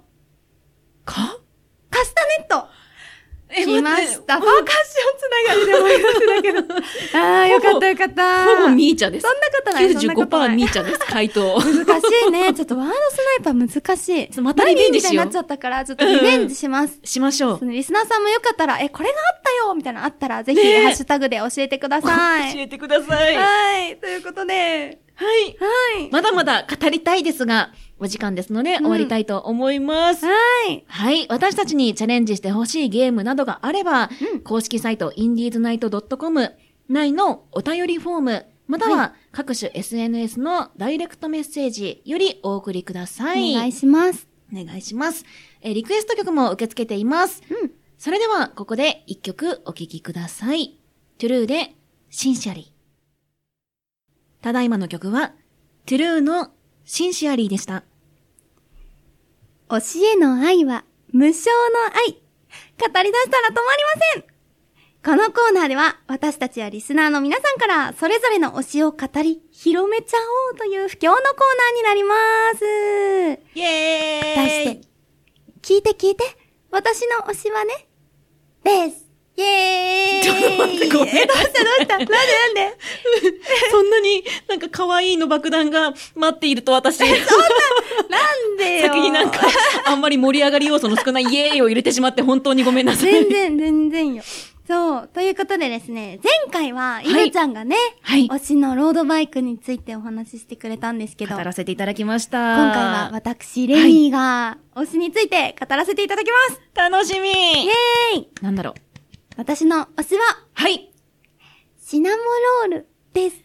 [SPEAKER 4] か
[SPEAKER 3] カスタネット
[SPEAKER 4] え
[SPEAKER 3] 来ま
[SPEAKER 4] 待って
[SPEAKER 3] した。パーカッションつながり
[SPEAKER 4] *laughs*
[SPEAKER 3] で思い出せたけど。ああ、よかったよかった。
[SPEAKER 4] ほぼミーチャです
[SPEAKER 3] そ。んなことない。そんなことな
[SPEAKER 4] 95%
[SPEAKER 3] い
[SPEAKER 4] ミーチャです、回答。 *laughs*
[SPEAKER 3] 難しいね。ちょっとワードスナイパー難しい。
[SPEAKER 4] またリベンジ
[SPEAKER 3] マ
[SPEAKER 4] し
[SPEAKER 3] リーみたいに
[SPEAKER 4] よ
[SPEAKER 3] な
[SPEAKER 4] う
[SPEAKER 3] っちゃったから、ちょっとリベンジします。
[SPEAKER 4] しましょう
[SPEAKER 3] そ。のリスナーさんもよかったら、え、これがあったよみたいなのあったら、ぜひ、
[SPEAKER 4] ねえ
[SPEAKER 3] ハッシュタグで教えてくださ
[SPEAKER 4] *laughs*
[SPEAKER 3] い。
[SPEAKER 4] 教えてください。は
[SPEAKER 3] はい。ということで、
[SPEAKER 4] い。
[SPEAKER 3] はい。
[SPEAKER 4] まだまだ語りたいですが、お時間ですので
[SPEAKER 3] ん
[SPEAKER 4] 終わりたいと思います。
[SPEAKER 3] はい。
[SPEAKER 4] はい。私たちにチャレンジしてほしいゲームなどがあれば、
[SPEAKER 3] うん
[SPEAKER 4] 公式サイト indiesnight.com 内のお便りフォーム、または各種 SNS のダイレクトメッセージよりお送りください。
[SPEAKER 3] お願いします。
[SPEAKER 4] お願いします。えーリクエスト曲も受け付けています。
[SPEAKER 3] うん
[SPEAKER 4] それでは、ここで一曲お聴きください。トゥルーで、シンシアリー。ただいまの曲は、トゥルーのシンシアリーでした。
[SPEAKER 3] 推しへの愛は無償の愛。語り出したら止まりませんこのコーナーでは私たちやリスナーの皆さんからそれぞれの推しを語り広めちゃおうという不況のコーナーになります。
[SPEAKER 4] イエーイ
[SPEAKER 3] 題して、聞いて聞いて、私の推しはね、です。イエーイ
[SPEAKER 4] ちょっと待ってごめん
[SPEAKER 3] えどうしたどうしたなんでなんで
[SPEAKER 4] そんなになんか可愛いの爆弾が待っていると *laughs* 私、
[SPEAKER 3] なんでよ
[SPEAKER 4] 先になんか、あんまり盛り上がり要素の少ないイエーイを入れてしまって本当にごめんなさい。
[SPEAKER 3] 全然、全然よ。そう。ということでですね、前回は、イブちゃんがね、
[SPEAKER 4] はい。
[SPEAKER 3] 推しのロードバイクについてお話ししてくれたんですけど、
[SPEAKER 4] 語
[SPEAKER 3] 今
[SPEAKER 4] らせていただきました。
[SPEAKER 3] 回は私、レニーが推しについて語らせていただきます、
[SPEAKER 4] 楽しみ
[SPEAKER 3] イエーイ
[SPEAKER 4] なんだろう。
[SPEAKER 3] 私の推しは、
[SPEAKER 4] はい。
[SPEAKER 3] シナモロールです。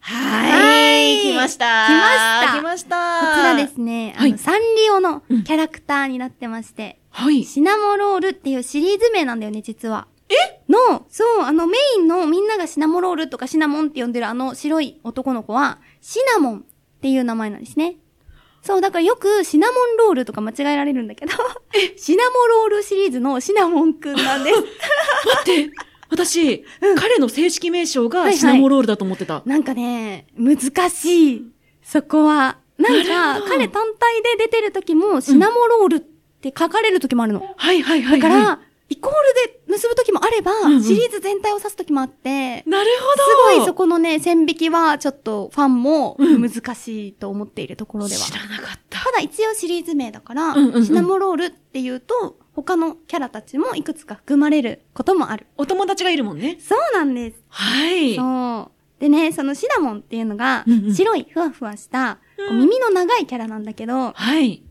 [SPEAKER 4] はい来ました。
[SPEAKER 3] 来
[SPEAKER 4] 来
[SPEAKER 3] ま
[SPEAKER 4] ました。
[SPEAKER 3] こちらですね、あの、
[SPEAKER 4] はい
[SPEAKER 3] サンリオのキャラクターになってまして、
[SPEAKER 4] はい。
[SPEAKER 3] シナモロールっていうシリーズ名なんだよね、実は。えの、そう、あのメインのみんながシナモロールとかシナモンって呼んでるあの白い男の子は、シナモンっていう名前なんですね。そう、だからよくシナモンロールとか間違えられるんだけど、 *laughs* シナモロールシリーズのシナモンくんなん *laughs* です。
[SPEAKER 4] 待って、私、彼の正式名称
[SPEAKER 3] はいは
[SPEAKER 4] が
[SPEAKER 3] い
[SPEAKER 4] シナモロールだと思ってた。
[SPEAKER 3] なんかね、難しい。そこは。なんか、彼単体で出てる時も、シナモロールって書かれる時もあるの。
[SPEAKER 4] はいはいはいはい。
[SPEAKER 3] だから、イコールで結ぶ時もあれば、
[SPEAKER 4] んうん
[SPEAKER 3] シリーズ全体を指す時もあって、
[SPEAKER 4] なるほど。
[SPEAKER 3] すごいそこのね、線引きはちょっとファンも難しいと思っているところでは。
[SPEAKER 4] 知らなかった。
[SPEAKER 3] ただ一応シリーズ名だから、
[SPEAKER 4] うんうんうん
[SPEAKER 3] シナモロールっていうと、他のキャラたちもいくつか含まれることもある。
[SPEAKER 4] お友達がいるもんね。
[SPEAKER 3] そうなんです。
[SPEAKER 4] はい。
[SPEAKER 3] そう。でね、そのシナモンっていうのが
[SPEAKER 4] うんう、ん
[SPEAKER 3] 白いふわふわした、こう耳の長いキャラなんだけど、
[SPEAKER 4] はい。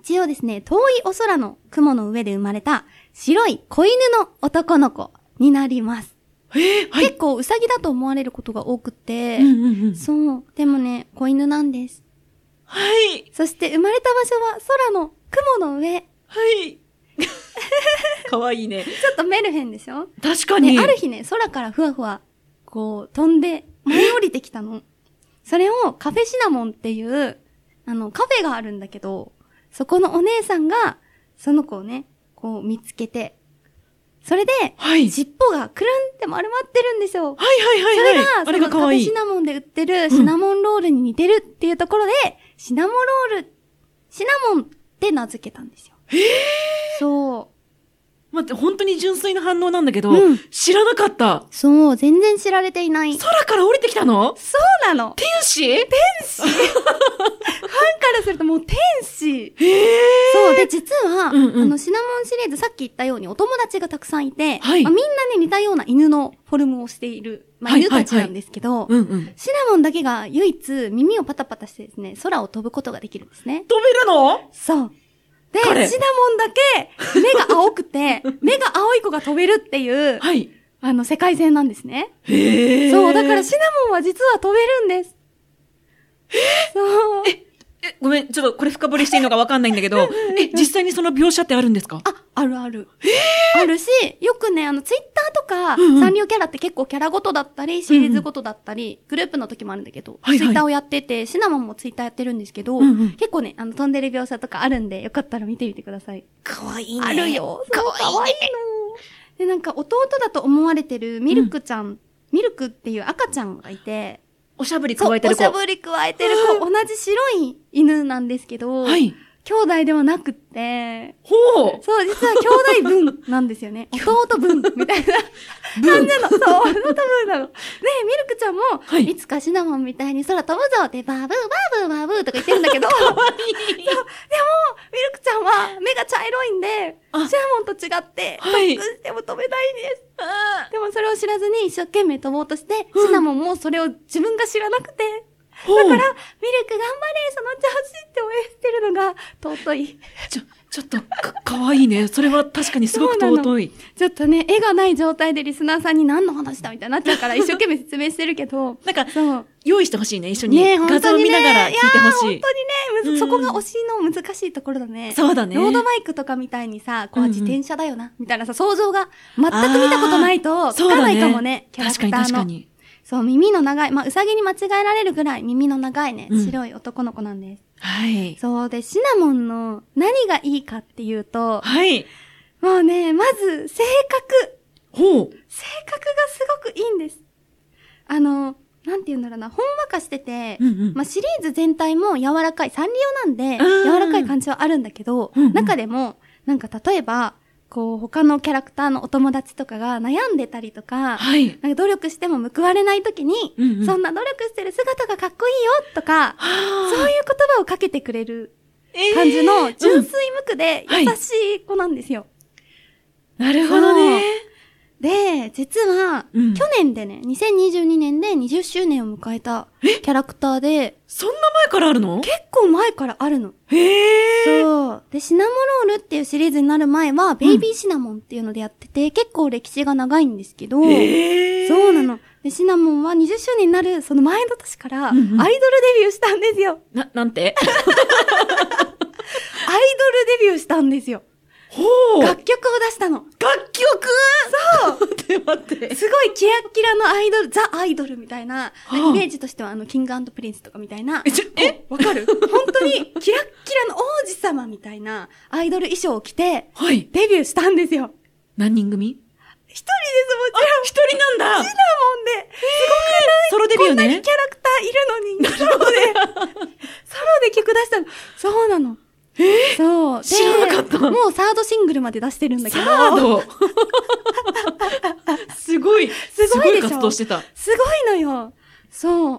[SPEAKER 3] 一応ですね、遠いお空の雲の上で生まれた、白い子犬の男の子になります。
[SPEAKER 4] えー、はい。
[SPEAKER 3] 結構ウサギだと思われることが多くて、
[SPEAKER 4] うんうんうん。
[SPEAKER 3] そう。でもね、子犬なんです。
[SPEAKER 4] はい。
[SPEAKER 3] そして生まれた場所は空の雲の上。ち *laughs*
[SPEAKER 4] はい。かわいいね。
[SPEAKER 3] ょっとメルヘンでしょ
[SPEAKER 4] 確かに。
[SPEAKER 3] ね、ある日ね、空からふわふわ、こう、飛んで、舞い降りてきたの。それをカフェシナモンっていう、あの、カフェがあるんだけど、そこのお姉さんが、その子をね、こう見つけて、それで、
[SPEAKER 4] はい。
[SPEAKER 3] 尻尾がくるんって丸まってるんですよ。
[SPEAKER 4] はいはい
[SPEAKER 3] そ
[SPEAKER 4] はい
[SPEAKER 3] れ
[SPEAKER 4] はい。
[SPEAKER 3] が、
[SPEAKER 4] あれが
[SPEAKER 3] その
[SPEAKER 4] か
[SPEAKER 3] カフ
[SPEAKER 4] わ
[SPEAKER 3] ェ
[SPEAKER 4] いい
[SPEAKER 3] シ。ナモンで売ってるシナモンロールに似てるっていうところで、シナモロール、シナモンって名付けたんですよ。えそう。
[SPEAKER 4] 待って、本当に純粋な反応なんだけど、
[SPEAKER 3] うん
[SPEAKER 4] 知らなかった。
[SPEAKER 3] そう、全然知られていない。そ
[SPEAKER 4] 空から降りてきたの
[SPEAKER 3] うなの
[SPEAKER 4] 天使天使
[SPEAKER 3] ファンからするともう天使
[SPEAKER 4] ええ
[SPEAKER 3] そう、で、実は、
[SPEAKER 4] うんうん
[SPEAKER 3] あの、シナモンシリーズ、さっき言ったようにお友達がたくさんいて、
[SPEAKER 4] はい
[SPEAKER 3] まあみんなね、似たような犬のフォルムをしている、まあ、
[SPEAKER 4] はい
[SPEAKER 3] 犬たちなんですけど、
[SPEAKER 4] うんうん。
[SPEAKER 3] シナモンだけが唯一耳をパタパタしてですね、空を飛ぶことができるんですね。
[SPEAKER 4] 飛べるの
[SPEAKER 3] そう。で、シナモ
[SPEAKER 4] 彼
[SPEAKER 3] ンだけ、目が青
[SPEAKER 4] *laughs*
[SPEAKER 3] くて、目が青い子が飛べるっていう、
[SPEAKER 4] はい。
[SPEAKER 3] あの、世界線なんですね。
[SPEAKER 4] へえ。
[SPEAKER 3] そう、だからシナモンは実は飛べるんです。そう。
[SPEAKER 4] え、ごめん、ちょっとこれ深掘りしていいのかわかんないんだけど、え、実際にその描写ってあるんですか
[SPEAKER 3] あ、あるある。あるし、よくね、あの、ツイッターとか、
[SPEAKER 4] うんうん
[SPEAKER 3] サンリオキャラって結構キャラごとだったり、シリーズごとだったり、グループの時もあるんだけど、
[SPEAKER 4] はいはい
[SPEAKER 3] ツイッターをやってて、シナモンもツイッターやってるんですけど、
[SPEAKER 4] うんうん
[SPEAKER 3] 結構ね、あの、飛んでる描写とかあるんで、よかったら見てみてください。
[SPEAKER 4] かわいい
[SPEAKER 3] ある。よ。かわいい,、かわいいの。で、なんか、弟だと思われてるミルクちゃん、ミルクっていう赤ちゃんがいて、
[SPEAKER 4] おしゃぶり
[SPEAKER 3] そ
[SPEAKER 4] 加
[SPEAKER 3] う
[SPEAKER 4] えてる
[SPEAKER 3] お
[SPEAKER 4] 子。
[SPEAKER 3] しゃぶり加えてる子、同じ白い犬なんですけど、
[SPEAKER 4] はい。
[SPEAKER 3] 兄弟ではなくって、
[SPEAKER 4] ほう。
[SPEAKER 3] そう、実は兄弟分なんですよ
[SPEAKER 4] *laughs*
[SPEAKER 3] ね。弟分みたいな感じなの。そう、弟分なの。で、ミルクちゃんも、、
[SPEAKER 4] はいい
[SPEAKER 3] つかシナモンみたいに空飛ぶぞって、バーブー、バーブー、バーブーとか言ってるんだけど、そうでも、ミルクちゃんは目が茶色いんで、
[SPEAKER 4] あ
[SPEAKER 3] シナモンと違って、
[SPEAKER 4] はい
[SPEAKER 3] 特訓しても飛べないんです。でもそれを知らずに一生懸命飛ぼうとして、シナモンもそれを自分が知らなくて、
[SPEAKER 4] ほう。
[SPEAKER 3] だから、ミルク頑張れ、その調子って応援してるのが尊い。
[SPEAKER 4] ちょ、ちょっとか、かわいいね。それは確かにすごく
[SPEAKER 3] そうなの
[SPEAKER 4] 尊い。
[SPEAKER 3] ちょっとね、絵がない状態でリスナーさんに何の話だみたいになっちゃうから一生懸命説明してるけど、
[SPEAKER 4] なんか、
[SPEAKER 3] そう。
[SPEAKER 4] 用意してほしいね。一緒に。
[SPEAKER 3] ね
[SPEAKER 4] 画像を見ながら聞いてほ
[SPEAKER 3] い
[SPEAKER 4] し
[SPEAKER 3] やー本
[SPEAKER 4] い。
[SPEAKER 3] 当にね、むず
[SPEAKER 4] うん
[SPEAKER 3] そこが推しの難しいところだね。
[SPEAKER 4] そうだね。
[SPEAKER 3] ロードバイクとかみたいにさ、こ
[SPEAKER 4] う
[SPEAKER 3] う
[SPEAKER 4] んうん
[SPEAKER 3] 自転車だよな、みたいなさ、想像が全く見たことないと、つかないかもね、キャラク
[SPEAKER 4] 確
[SPEAKER 3] タ
[SPEAKER 4] か
[SPEAKER 3] ー
[SPEAKER 4] に
[SPEAKER 3] の。
[SPEAKER 4] 確かに。
[SPEAKER 3] そう、耳の長い、まあ、うさぎに間違えられるぐらい耳の長いね、
[SPEAKER 4] うん
[SPEAKER 3] 白い男の子なんです。
[SPEAKER 4] はい。
[SPEAKER 3] そうで、シナモンの何がいいかっていうと、
[SPEAKER 4] はい。
[SPEAKER 3] もうね、まず、性格
[SPEAKER 4] ほう。
[SPEAKER 3] 性格がすごくいいんです。あの、なんて言うんだろうな、ほんわかしてて、
[SPEAKER 4] うんうん
[SPEAKER 3] まあ、シリーズ全体も柔らかい、サンリオなんで、
[SPEAKER 4] うん
[SPEAKER 3] 柔らかい感じはあるんだけど、
[SPEAKER 4] うんうん
[SPEAKER 3] 中でも、なんか例えば、こう、他のキャラクターのお友達とかが悩んでたりとか、
[SPEAKER 4] はい。
[SPEAKER 3] なんか努力しても報われない時に、
[SPEAKER 4] うんうん
[SPEAKER 3] そんな努力してる姿がかっこいいよとか、そういう言葉をかけてくれる感じの純粋無垢で
[SPEAKER 4] うんはい
[SPEAKER 3] 優しい子なんですよ。
[SPEAKER 4] なるほどね。
[SPEAKER 3] で、実は、
[SPEAKER 4] うん
[SPEAKER 3] 去年でね、2022年で20周年を迎えたキャラクターで、
[SPEAKER 4] そんな前からあるの
[SPEAKER 3] 結構前からあるの。
[SPEAKER 4] へえ。
[SPEAKER 3] そう。で、シナモロールっていうシリーズになる前は、ベイビーシナモンっていうのでやってて、結構歴史が長いんですけど、
[SPEAKER 4] へえ。
[SPEAKER 3] そうなの。で、シナモンは20周年になる、その前の年から、アイ
[SPEAKER 4] ん
[SPEAKER 3] ド
[SPEAKER 4] う
[SPEAKER 3] ルデ
[SPEAKER 4] ん
[SPEAKER 3] ビューしたんですよ。
[SPEAKER 4] な、なん
[SPEAKER 3] *laughs*
[SPEAKER 4] て
[SPEAKER 3] アイドルデビューしたんですよ。
[SPEAKER 4] ほう
[SPEAKER 3] 楽曲を出したの。
[SPEAKER 4] 楽曲そう待って待
[SPEAKER 3] *laughs*
[SPEAKER 4] って。
[SPEAKER 3] すごいキラッキラのアイドル、ザ・アイドルみたいな、
[SPEAKER 4] あ
[SPEAKER 3] イメージとしては、あの、キングプリンスとかみたいな、
[SPEAKER 4] えちょえ
[SPEAKER 3] わかる本当に、キラッキラの王子様みたいな、アイドル衣装を着て、
[SPEAKER 4] はい。
[SPEAKER 3] デビューしたんですよ。
[SPEAKER 4] 何人組
[SPEAKER 3] 一人です、もちろん。
[SPEAKER 4] 一人なんだ
[SPEAKER 3] シナモンで、す
[SPEAKER 4] ソロデビュ
[SPEAKER 3] ご
[SPEAKER 4] ー
[SPEAKER 3] くない、こんなに
[SPEAKER 4] ね
[SPEAKER 3] キ。ャラクターいるのに、ソロで、ソロで曲出したの。そうなの。えそう。で
[SPEAKER 4] 知らなかった
[SPEAKER 3] もうサードシングルまで出してるんだけ
[SPEAKER 4] サ
[SPEAKER 3] ど。
[SPEAKER 4] ー
[SPEAKER 3] *laughs*
[SPEAKER 4] ドすごい、
[SPEAKER 3] すごいでしょ
[SPEAKER 4] 活動してた。
[SPEAKER 3] すごいのよ。そ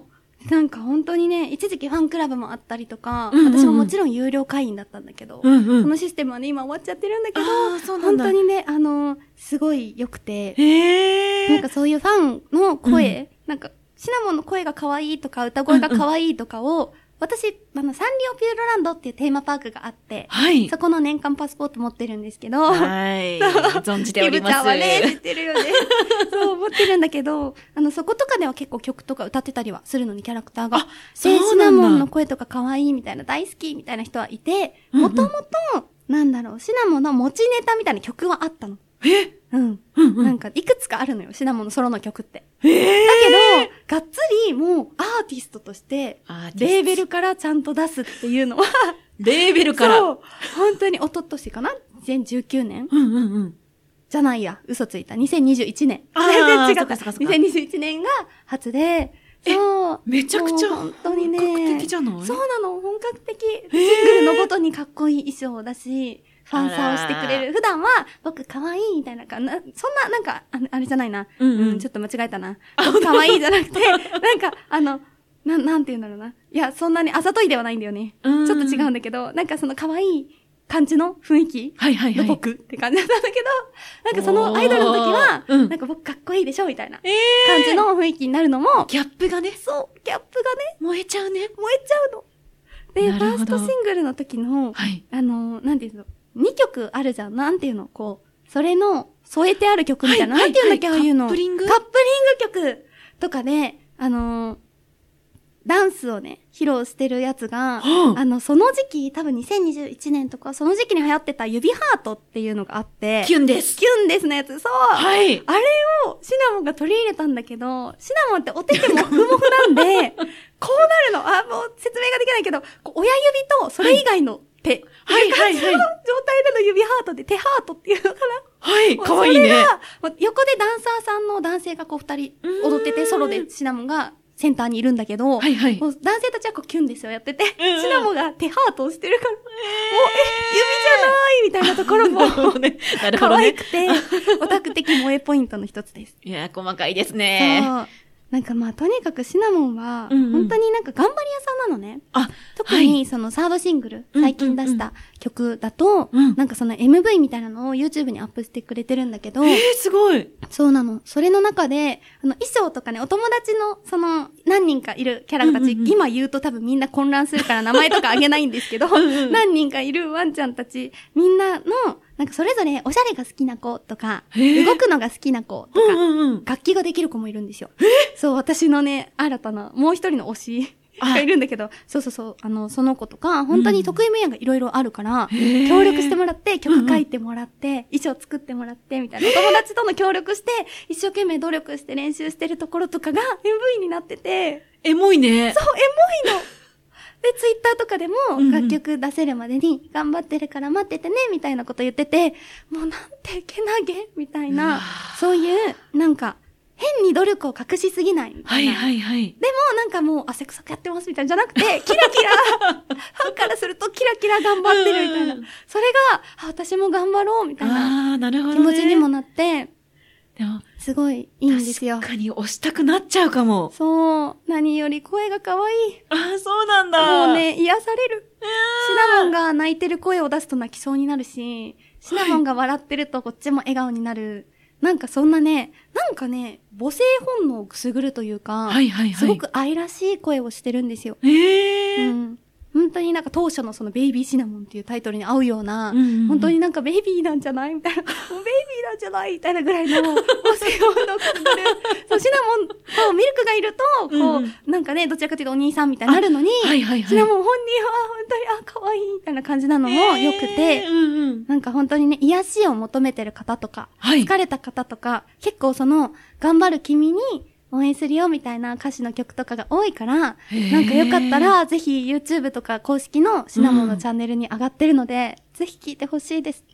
[SPEAKER 3] う。なんか本当にね、一時期ファンクラブもあったりとか、
[SPEAKER 4] うんうんうん
[SPEAKER 3] 私ももちろん有料会員だったんだけど、
[SPEAKER 4] うんう
[SPEAKER 3] その
[SPEAKER 4] ん。
[SPEAKER 3] システムはね、今終わっちゃってるんだけど、
[SPEAKER 4] あーそうなん
[SPEAKER 3] 本
[SPEAKER 4] だ
[SPEAKER 3] 当にね、あのーすごい良くて、
[SPEAKER 4] へ
[SPEAKER 3] なん
[SPEAKER 4] え
[SPEAKER 3] か。そういうファンの声、なんか、シナモンの声が可愛いとか、歌声が可愛いとかを、私、あの、サンリオピューロランドっていうテーマパークがあって、
[SPEAKER 4] はい
[SPEAKER 3] そ。この年間パスポート持ってるんですけど、
[SPEAKER 4] はい。存じております。
[SPEAKER 3] ゆぶちゃんはね、知ってるよ
[SPEAKER 4] *laughs*
[SPEAKER 3] ね。そう思ってるんだけど、あの、そことかでは結構曲とか歌ってたりはするのにキャラクターが。
[SPEAKER 4] あそうなんだ
[SPEAKER 3] でシナモンの声とか可愛いみたいな、大好きみたいな人はいて、
[SPEAKER 4] うんう
[SPEAKER 3] も
[SPEAKER 4] ん
[SPEAKER 3] ともと、なんだろう、シナモンの持ちネタみたいな曲はあったの。
[SPEAKER 4] え
[SPEAKER 3] うん。
[SPEAKER 4] うんう。
[SPEAKER 3] なんんか、いくつかあるのよ、シナモンのソロの曲って。
[SPEAKER 4] ええ。
[SPEAKER 3] だけど、がっつりもうアーティストとして、
[SPEAKER 4] あ
[SPEAKER 3] レーベルからちゃんと出すっていうのは、
[SPEAKER 4] レーベルから。
[SPEAKER 3] そう、本当に一昨年かな ?2019 年
[SPEAKER 4] うんうんうん。
[SPEAKER 3] じゃないや、嘘ついた。2021年。
[SPEAKER 4] あー
[SPEAKER 3] 全然違っ。
[SPEAKER 4] そった
[SPEAKER 3] *laughs*
[SPEAKER 4] かそっかそっか
[SPEAKER 3] 2021年が初で、そう。
[SPEAKER 4] めちゃくちゃ
[SPEAKER 3] もう
[SPEAKER 4] 本
[SPEAKER 3] 本当
[SPEAKER 4] 当
[SPEAKER 3] に
[SPEAKER 4] に
[SPEAKER 3] ね
[SPEAKER 4] ね。本格的じゃない
[SPEAKER 3] そうなの、本格的。シングルのごとにかっこいい衣装だし、ファンサをしてくれる。普段は、僕可愛いみたいなかな、そんな、なんか、ああれじゃないな。
[SPEAKER 4] うんうん
[SPEAKER 3] ちょっと間違えたな。僕可愛いじゃなくて、 *laughs* なんか、あの、なん、なんて言うんだろうな。いや、そんなにあざといではないんだよね。ち
[SPEAKER 4] う
[SPEAKER 3] ょっ
[SPEAKER 4] ん
[SPEAKER 3] と違うんだけど、なんかその可愛い感じの雰囲気
[SPEAKER 4] はいはいは
[SPEAKER 3] の
[SPEAKER 4] い。
[SPEAKER 3] 僕って感じだったんだけど、なんかそのアイドルの時は、
[SPEAKER 4] おーうん
[SPEAKER 3] なんか僕かっこいいでしょみたいな
[SPEAKER 4] え
[SPEAKER 3] 感じの雰囲気になるのも、
[SPEAKER 4] ギャップがね、
[SPEAKER 3] そう、ギャップがね、
[SPEAKER 4] 燃えちゃうね。
[SPEAKER 3] 燃えちゃうの。で、
[SPEAKER 4] な
[SPEAKER 3] フ
[SPEAKER 4] る
[SPEAKER 3] ァー
[SPEAKER 4] ほ
[SPEAKER 3] ス
[SPEAKER 4] ど
[SPEAKER 3] トシングルの時の、
[SPEAKER 4] はい。
[SPEAKER 3] あのー、なんていうの、2曲あるじゃん、なんていうの、こう、それの添えてある曲みたいな、
[SPEAKER 4] は
[SPEAKER 3] ないんていうんだっけ、あ
[SPEAKER 4] は
[SPEAKER 3] あ
[SPEAKER 4] いはい
[SPEAKER 3] いうの。
[SPEAKER 4] カップリング
[SPEAKER 3] カップリング曲とかで、あのー、ダンスをね、披露してるやつが、
[SPEAKER 4] はあ
[SPEAKER 3] あの、その時期、多分2021年とか、その時期に流行ってた指ハートっていうのがあって、
[SPEAKER 4] キュンです。
[SPEAKER 3] キュンですのやつ、そう、
[SPEAKER 4] はい。
[SPEAKER 3] あれをシナモンが取り入れたんだけど、シナモンってお手手もふもふな
[SPEAKER 4] *laughs*
[SPEAKER 3] んで、こうなるの。あ、もう説明ができないけど、こう親指とそれ以外の手。
[SPEAKER 4] はいはいはい
[SPEAKER 3] その状態での指ハートで手ハー
[SPEAKER 4] *laughs*
[SPEAKER 3] トっていうのか
[SPEAKER 4] はい。
[SPEAKER 3] な。
[SPEAKER 4] かわいいね
[SPEAKER 3] そ。れがもう横でダンサーさんの男性がこう二人
[SPEAKER 4] うーん
[SPEAKER 3] 踊ってて、ソロでシナモンがセンターにいるんだけど、
[SPEAKER 4] はいはい
[SPEAKER 3] も。う男性たちはこうキュンですよやってて、
[SPEAKER 4] うんうん
[SPEAKER 3] シナモンが手ハートをしてるから、もう、え、指じゃないみたいなところ
[SPEAKER 4] *laughs* なるほ
[SPEAKER 3] も
[SPEAKER 4] ど、ね。なるほ
[SPEAKER 3] 可
[SPEAKER 4] ど
[SPEAKER 3] 愛
[SPEAKER 4] ね。
[SPEAKER 3] くて、オタク的萌えポイントの一つです。
[SPEAKER 4] いやー、細かいです
[SPEAKER 3] そ
[SPEAKER 4] ね。
[SPEAKER 3] う。なんかまあ、とにかくシナモンは、
[SPEAKER 4] うんうん
[SPEAKER 3] 本当になんか頑張り屋さんなのね。
[SPEAKER 4] あ、
[SPEAKER 3] 特
[SPEAKER 4] は
[SPEAKER 3] にそのサードシングル、
[SPEAKER 4] うん
[SPEAKER 3] 最近出した曲だと、
[SPEAKER 4] うん
[SPEAKER 3] なんかその MV みたいなのを YouTube にアップしてくれてるんだけど、
[SPEAKER 4] えー、すごい。
[SPEAKER 3] そうなの。それの中で、あの、衣装とかね、お友達の、その、何人かいるキャラた
[SPEAKER 4] う
[SPEAKER 3] ち、
[SPEAKER 4] んうんうん
[SPEAKER 3] 今言うと多分みんな混乱するから名前とかあげないんですけど、
[SPEAKER 4] ん
[SPEAKER 3] 何人かいるワンちゃんたち、みんなの、なんかそれぞれおしゃれが好きな子とか、
[SPEAKER 4] へー
[SPEAKER 3] 動くのが好きな子と
[SPEAKER 4] う
[SPEAKER 3] か、
[SPEAKER 4] んうんうん。
[SPEAKER 3] 楽器ができる子もいるんですよ。そう、私のね、新たな、もう一人の推し
[SPEAKER 4] あ
[SPEAKER 3] がいるんだけど、そうそうそう、あの、その子とか、本当に得意分野がいろいろあるから、
[SPEAKER 4] ー
[SPEAKER 3] 協力してもらって、曲書いてもらって、衣装作ってもらって、みたいな。お友達との協力して、一生懸命努力して練習してるところとかが MV になってて、
[SPEAKER 4] エモいね。
[SPEAKER 3] そう、エモいの。で、ツイッターとかでも
[SPEAKER 4] んうん、
[SPEAKER 3] 楽曲出せるまでに、頑張ってるから待っててね、みたいなこと言ってて、もうなんてけなげみたいな、そういう、なんか、変に努力を隠しすぎないみた
[SPEAKER 4] はいい
[SPEAKER 3] な。
[SPEAKER 4] はいはい。
[SPEAKER 3] でもなんかもう汗臭くやってますみたいなじゃなくて、キラ
[SPEAKER 4] *laughs*
[SPEAKER 3] キラ、ファンからするとキラキラ頑張ってるみたいな
[SPEAKER 4] うん。
[SPEAKER 3] それが、あ、私も頑張ろうみたいな
[SPEAKER 4] ああ、なるほど、
[SPEAKER 3] 気
[SPEAKER 4] ね。
[SPEAKER 3] 持ちにも。なって、
[SPEAKER 4] でも、
[SPEAKER 3] すごいいいんですよ。
[SPEAKER 4] 確かに押したくなっちゃうかも。
[SPEAKER 3] そう、何より声が可愛い。
[SPEAKER 4] ああ、そうなんだ。
[SPEAKER 3] もう。ね、癒される。シナモンが泣いてる声を出すと泣きそうになるし、シナモンが笑ってるとこっちも笑顔になる。なんかそんなね、なんかね、母性本能をくすぐるというか、
[SPEAKER 4] はいはいはい。
[SPEAKER 3] すご。く愛らしい声をしてるんですよ。
[SPEAKER 4] ええ
[SPEAKER 3] う
[SPEAKER 4] ー。
[SPEAKER 3] ん。本当になんか当初のそのベイビーシナモンっていうタイトルに合うような、
[SPEAKER 4] うんうんうん
[SPEAKER 3] 本当になんかベイビーなんじゃないみたいな、もうベイビーなんじゃないみたいなぐらいの、母性本能をくすぐる。そう、シナモンとミルクがいると、こう、
[SPEAKER 4] うんうん
[SPEAKER 3] なんかね、どちらかというとお兄さんみたいになるのに、
[SPEAKER 4] はいはい
[SPEAKER 3] そ
[SPEAKER 4] はい。
[SPEAKER 3] れはもう本人は本当に、あ、可愛いみたいな感じなのも良くて、
[SPEAKER 4] えーうんうん。
[SPEAKER 3] なんか本当にね、癒しを求めてる方とか、
[SPEAKER 4] はい。
[SPEAKER 3] 疲れた方とか、結構その、頑張る君に応援するよみたいな歌詞の曲とかが多いから、
[SPEAKER 4] へー
[SPEAKER 3] なんかよかったら、ぜひ YouTube とか公式のシナモンのチャンネルに上がってるので、ぜひ聴いてほしいです。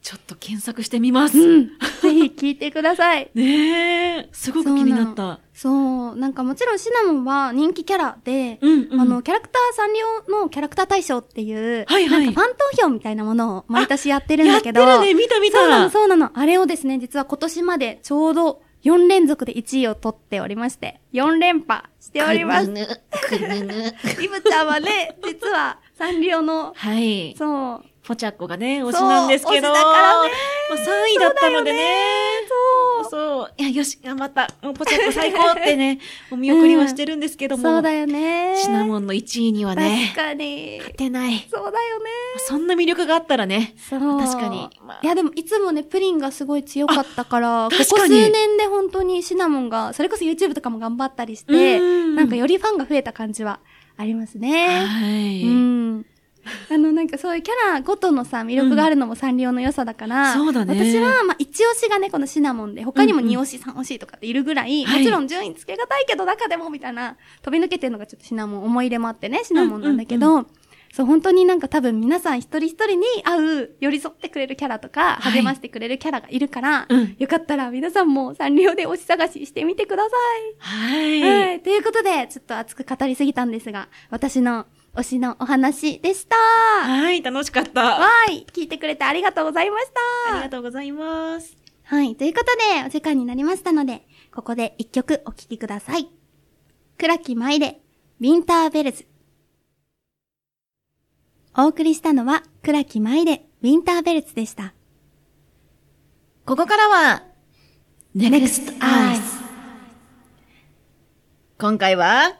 [SPEAKER 4] ちょっと検索してみます。
[SPEAKER 3] うん。ぜひ聴いてください。
[SPEAKER 4] ねえ。すごく気になった。
[SPEAKER 3] そう、なんかもちろんシナモンは人気キャラで、
[SPEAKER 4] うん、うん。
[SPEAKER 3] あの、、キャラクターサンリオのキャラクター大賞っていう、
[SPEAKER 4] はいはい
[SPEAKER 3] なんかファン投票みたいなものを毎年やってるん
[SPEAKER 4] やっ
[SPEAKER 3] だ
[SPEAKER 4] て
[SPEAKER 3] け
[SPEAKER 4] る
[SPEAKER 3] ど、
[SPEAKER 4] ね。見た見た。
[SPEAKER 3] そうなの、そうなの。あれをですね、実は今年までちょうど4連続で1位を取っておりまして、4連覇しております。
[SPEAKER 2] ぬぬ、くぬぬ。
[SPEAKER 3] イブちゃんはね、 *laughs* 実はサンリオの、
[SPEAKER 4] はい。
[SPEAKER 3] そう、
[SPEAKER 4] ポチャッコがね、推しなんですけど。
[SPEAKER 3] そう推しだからね
[SPEAKER 4] まあ、3位だったのでね。
[SPEAKER 3] そう、
[SPEAKER 4] そう。いや、よし、頑張った。もうポチャッコ最高って
[SPEAKER 3] *laughs*
[SPEAKER 4] ね、お見送りはしてるんですけども。
[SPEAKER 3] そうだよね。
[SPEAKER 4] シナモンの1位には
[SPEAKER 3] 確
[SPEAKER 4] ね、
[SPEAKER 3] かに。
[SPEAKER 4] 勝てない。
[SPEAKER 3] そうだよね。
[SPEAKER 4] そんな魅力があったらね。
[SPEAKER 3] そう。
[SPEAKER 4] 確かにまあ
[SPEAKER 3] いや、でもいつもね、プリンがすごい強かったから、
[SPEAKER 4] あ
[SPEAKER 3] こ
[SPEAKER 4] 確
[SPEAKER 3] こ
[SPEAKER 4] か
[SPEAKER 3] 数
[SPEAKER 4] に
[SPEAKER 3] 年で本当にシナモンが、それこそ YouTube とかも頑張ったりして、
[SPEAKER 4] うん
[SPEAKER 3] なんかよりファンが増えた感じはありますね。
[SPEAKER 4] はい、
[SPEAKER 3] うん。あの、なんかそういうキャラごとのさ、魅力があるのもサンリオの良さだから、
[SPEAKER 4] うんそうだね
[SPEAKER 3] 私は、まあ、一押しがね、このシナモンで、他にも
[SPEAKER 4] うんうん
[SPEAKER 3] 二押し、三押しとかっているぐらい、
[SPEAKER 4] はい
[SPEAKER 3] もちろん順位つけがたいけど中でも、みたいな、飛び抜けてるのがちょっとシナモン、思い入れもあってね、シナモンなんだけど、そう、本当になんか多分皆さん一人一人に合う、寄り添ってくれるキャラとか、
[SPEAKER 4] はい
[SPEAKER 3] 励ましてくれるキャラがいるから、
[SPEAKER 4] うん
[SPEAKER 3] よかったら皆さんもサンリオで推し探ししてみてください。
[SPEAKER 4] はい。
[SPEAKER 3] はい。ということで、ちょっと熱く語りすぎたんですが、私の推しのお話でした。は
[SPEAKER 4] はい、楽しかった。
[SPEAKER 3] い。聞いてくれてありがとうございまし
[SPEAKER 4] あり
[SPEAKER 3] た
[SPEAKER 4] が。とうございます。
[SPEAKER 3] はい。ということで、お時間になりましたので、ここで一曲お聴きください。倉木舞で、ウィンターベルズ。お送りしたのは、倉木舞で、ウィンターベルズでした。
[SPEAKER 2] ここからは、
[SPEAKER 4] NEXT
[SPEAKER 2] アイス。今回は、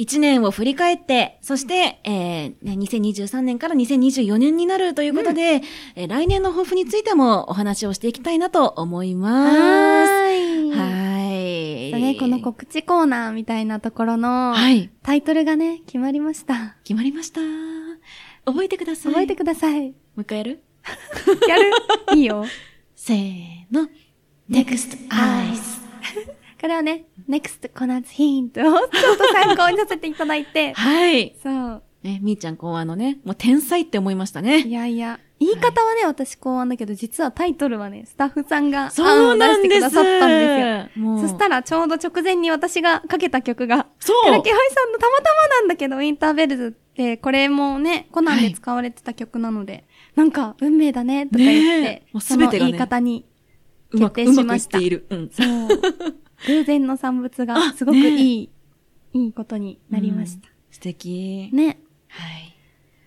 [SPEAKER 4] 一年を振り返って、そして、えーね、2023年から2024年になるということで、えー来年の抱負についてもお話をしていきたいなと思います。
[SPEAKER 3] いはい。
[SPEAKER 4] はい。
[SPEAKER 3] ね、この告知コーナーみたいなところの、
[SPEAKER 4] はい。
[SPEAKER 3] タイトルがね、決まりました。
[SPEAKER 4] 決まりました。覚えてください。
[SPEAKER 3] 覚えて
[SPEAKER 4] も
[SPEAKER 3] ください。
[SPEAKER 4] う一回やる
[SPEAKER 3] やるいい *laughs* よ。
[SPEAKER 4] せーの。NEXT EYES。
[SPEAKER 3] これはね、NEXT コナーズヒントをちょっと参考にさせていただい *laughs* て。
[SPEAKER 4] はい。
[SPEAKER 3] そう。
[SPEAKER 4] ね、みーちゃん考案のね、もう天才って思いましたね
[SPEAKER 3] い。やいや。言い方はね、私考案だけど、実はタイトルはね、スタッフさんが
[SPEAKER 4] そう
[SPEAKER 3] 案を出
[SPEAKER 4] な
[SPEAKER 3] し
[SPEAKER 4] ん
[SPEAKER 3] てく
[SPEAKER 4] です。
[SPEAKER 3] ださったんですよ。
[SPEAKER 4] すよ。もう。
[SPEAKER 3] そしたらちょうど直前に私がかけた曲が、
[SPEAKER 4] そう
[SPEAKER 3] キラキハイさんのたまたまなんだけど、ウィンターベルズって、これもね、コナンで使われてた曲なので、なんか、運命だね、とか言っ
[SPEAKER 4] ね
[SPEAKER 3] て
[SPEAKER 4] え、もう
[SPEAKER 3] その
[SPEAKER 4] 全てが
[SPEAKER 3] 言
[SPEAKER 4] ね
[SPEAKER 3] い方に
[SPEAKER 4] うまく、
[SPEAKER 3] 決定
[SPEAKER 4] う
[SPEAKER 3] し
[SPEAKER 4] まく
[SPEAKER 3] ま
[SPEAKER 4] いっ
[SPEAKER 3] した
[SPEAKER 4] ている。うん。
[SPEAKER 3] そう。偶然の産物が
[SPEAKER 4] あ
[SPEAKER 3] すごくいい、いいことになりました
[SPEAKER 4] うん。。素敵。
[SPEAKER 3] ね。
[SPEAKER 4] はい。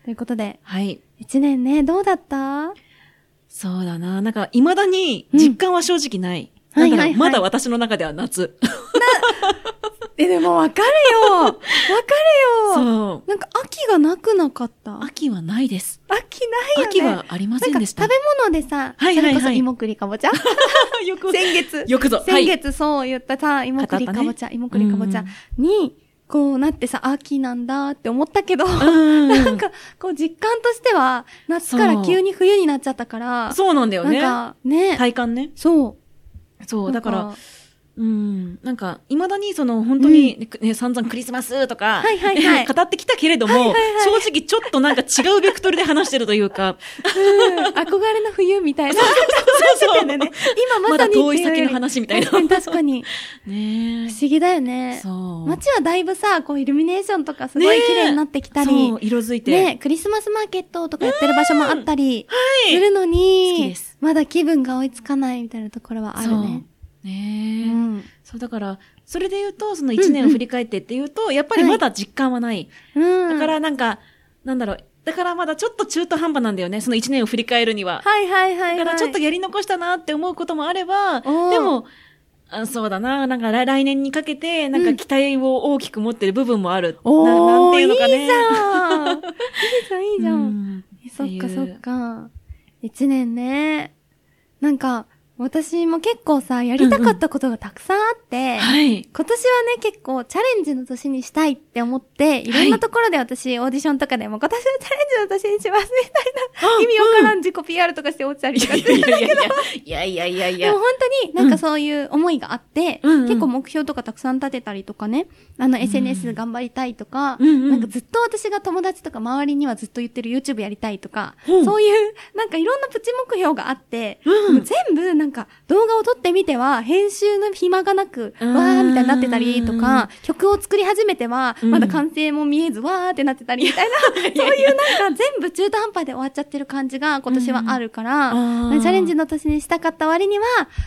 [SPEAKER 3] ということで、
[SPEAKER 4] はい。
[SPEAKER 3] 一年ね、どうだった
[SPEAKER 4] そうだな。なんか、未だに実感は正直ない。
[SPEAKER 3] うん
[SPEAKER 4] なんだろう
[SPEAKER 3] はいはいはい
[SPEAKER 4] まだ私の中では夏。
[SPEAKER 3] え、でもわかるよわかるよ
[SPEAKER 4] *laughs* そう。
[SPEAKER 3] なんか秋がなくなかった
[SPEAKER 4] 秋はないです。
[SPEAKER 3] 秋ないよね。
[SPEAKER 4] 秋はありま
[SPEAKER 3] な
[SPEAKER 4] せ
[SPEAKER 3] ん
[SPEAKER 4] ん
[SPEAKER 3] か
[SPEAKER 4] で
[SPEAKER 3] 食
[SPEAKER 4] した。
[SPEAKER 3] べ物でさ、
[SPEAKER 4] はいはいはい
[SPEAKER 3] それこそ芋栗かぼちゃ
[SPEAKER 4] よく、
[SPEAKER 3] *laughs* 先月。
[SPEAKER 4] よくぞ。
[SPEAKER 3] 先
[SPEAKER 4] はい。
[SPEAKER 3] 月そう言ったさ、芋栗かぼちゃ、芋栗かぼちゃに、こうなってさ、秋なんだって思ったけど、
[SPEAKER 4] うん。
[SPEAKER 3] *laughs* なんか、こう実感としては、夏から急に冬になっちゃったから、
[SPEAKER 4] そうなんだよね。
[SPEAKER 3] なんか、ね、
[SPEAKER 4] 体感ね。
[SPEAKER 3] そう。
[SPEAKER 4] そう、だから、うん。なんか、未だにその、本当にね、ね散々クリスマスとか、
[SPEAKER 3] はいはいは
[SPEAKER 4] *laughs*
[SPEAKER 3] い
[SPEAKER 4] 語ってきたけれども、正直ちょっとなんか違うベクトルで話してるという
[SPEAKER 3] *laughs*
[SPEAKER 4] か、
[SPEAKER 3] 憧れの冬みたいな。
[SPEAKER 4] そう *laughs* そう。
[SPEAKER 3] 今まさに
[SPEAKER 4] だ遠い先の話みたいな。
[SPEAKER 3] 確かに確かに。
[SPEAKER 4] *laughs* ね
[SPEAKER 3] 不思議だよね。
[SPEAKER 4] そう。
[SPEAKER 3] 街はだいぶさ、こうイルミネーションとかすごい
[SPEAKER 4] ねえ
[SPEAKER 3] 綺麗になってきたり
[SPEAKER 4] そう、、色づいて。
[SPEAKER 3] ね、クリスマスマーケットとかやってる場所もあったり
[SPEAKER 4] はい
[SPEAKER 3] するの
[SPEAKER 4] 好き
[SPEAKER 3] に
[SPEAKER 4] です、
[SPEAKER 3] まだ気分が追いつかないみたいなところはあるね。
[SPEAKER 4] そう。ねえ、
[SPEAKER 3] うん
[SPEAKER 4] そう、だから、それで言うと、その
[SPEAKER 3] うんう
[SPEAKER 4] 一
[SPEAKER 3] ん
[SPEAKER 4] 年を振り返ってっていうと、やっぱりまだ実感はない。
[SPEAKER 3] うん。
[SPEAKER 4] だからなんか、なんだろう、だからまだちょっと中途半端なんだよね、その一年を振り返るには。
[SPEAKER 3] はいはいはいはい。
[SPEAKER 4] だからちょっとやり残したなって思うこともあれば、
[SPEAKER 3] おー
[SPEAKER 4] でも、あそうだな、なんか来来年にかけて、なん
[SPEAKER 3] う
[SPEAKER 4] か
[SPEAKER 3] ん
[SPEAKER 4] 期待を大きく持ってる部分もある。
[SPEAKER 3] お
[SPEAKER 4] な
[SPEAKER 3] ー
[SPEAKER 4] なんていうのかね。
[SPEAKER 3] いいじゃん。いいじゃん、いいじゃ。
[SPEAKER 4] うんん
[SPEAKER 3] そっか
[SPEAKER 4] ってい
[SPEAKER 3] そうっか。一年ね。なんか、私も結構さ、やりたかったことがたくさんあって、 *laughs*
[SPEAKER 4] はい。
[SPEAKER 3] 今年はね、結構チャレンジの年にしたいって思って、いろんなところで私、オーディションとかでも、今年はチャレンジの年にしますみたいな、意味わ
[SPEAKER 4] *laughs*
[SPEAKER 3] からん自己 PR とかして落ちたりとかして。
[SPEAKER 4] いやいやいやいやいやいやいやい
[SPEAKER 3] で
[SPEAKER 4] や
[SPEAKER 3] も。本当になんかそういう思いがあって、
[SPEAKER 4] うんうん
[SPEAKER 3] 結構目標とかたくさん立てたりとかね、あの SNS 頑張りたいとか、
[SPEAKER 4] うんうん
[SPEAKER 3] なんかずっと私が友達とか周りにはずっと言ってる YouTube やりたいとか、
[SPEAKER 4] うん
[SPEAKER 3] そういうなんかいろんなプチ目標があって、
[SPEAKER 4] うん
[SPEAKER 3] でも全部なんか動画を撮ってみては編集の暇がなく、
[SPEAKER 4] うん
[SPEAKER 3] わーみたいになってたりとか、曲を作り始めては
[SPEAKER 4] うん
[SPEAKER 3] まだ完成も見えずわーってなってたりみたいな、 *laughs* そういうなんか全部中途半端で終わっちゃってる感じが今年はあるから、
[SPEAKER 4] うんあー
[SPEAKER 3] チャレンジの年にしたかった割には、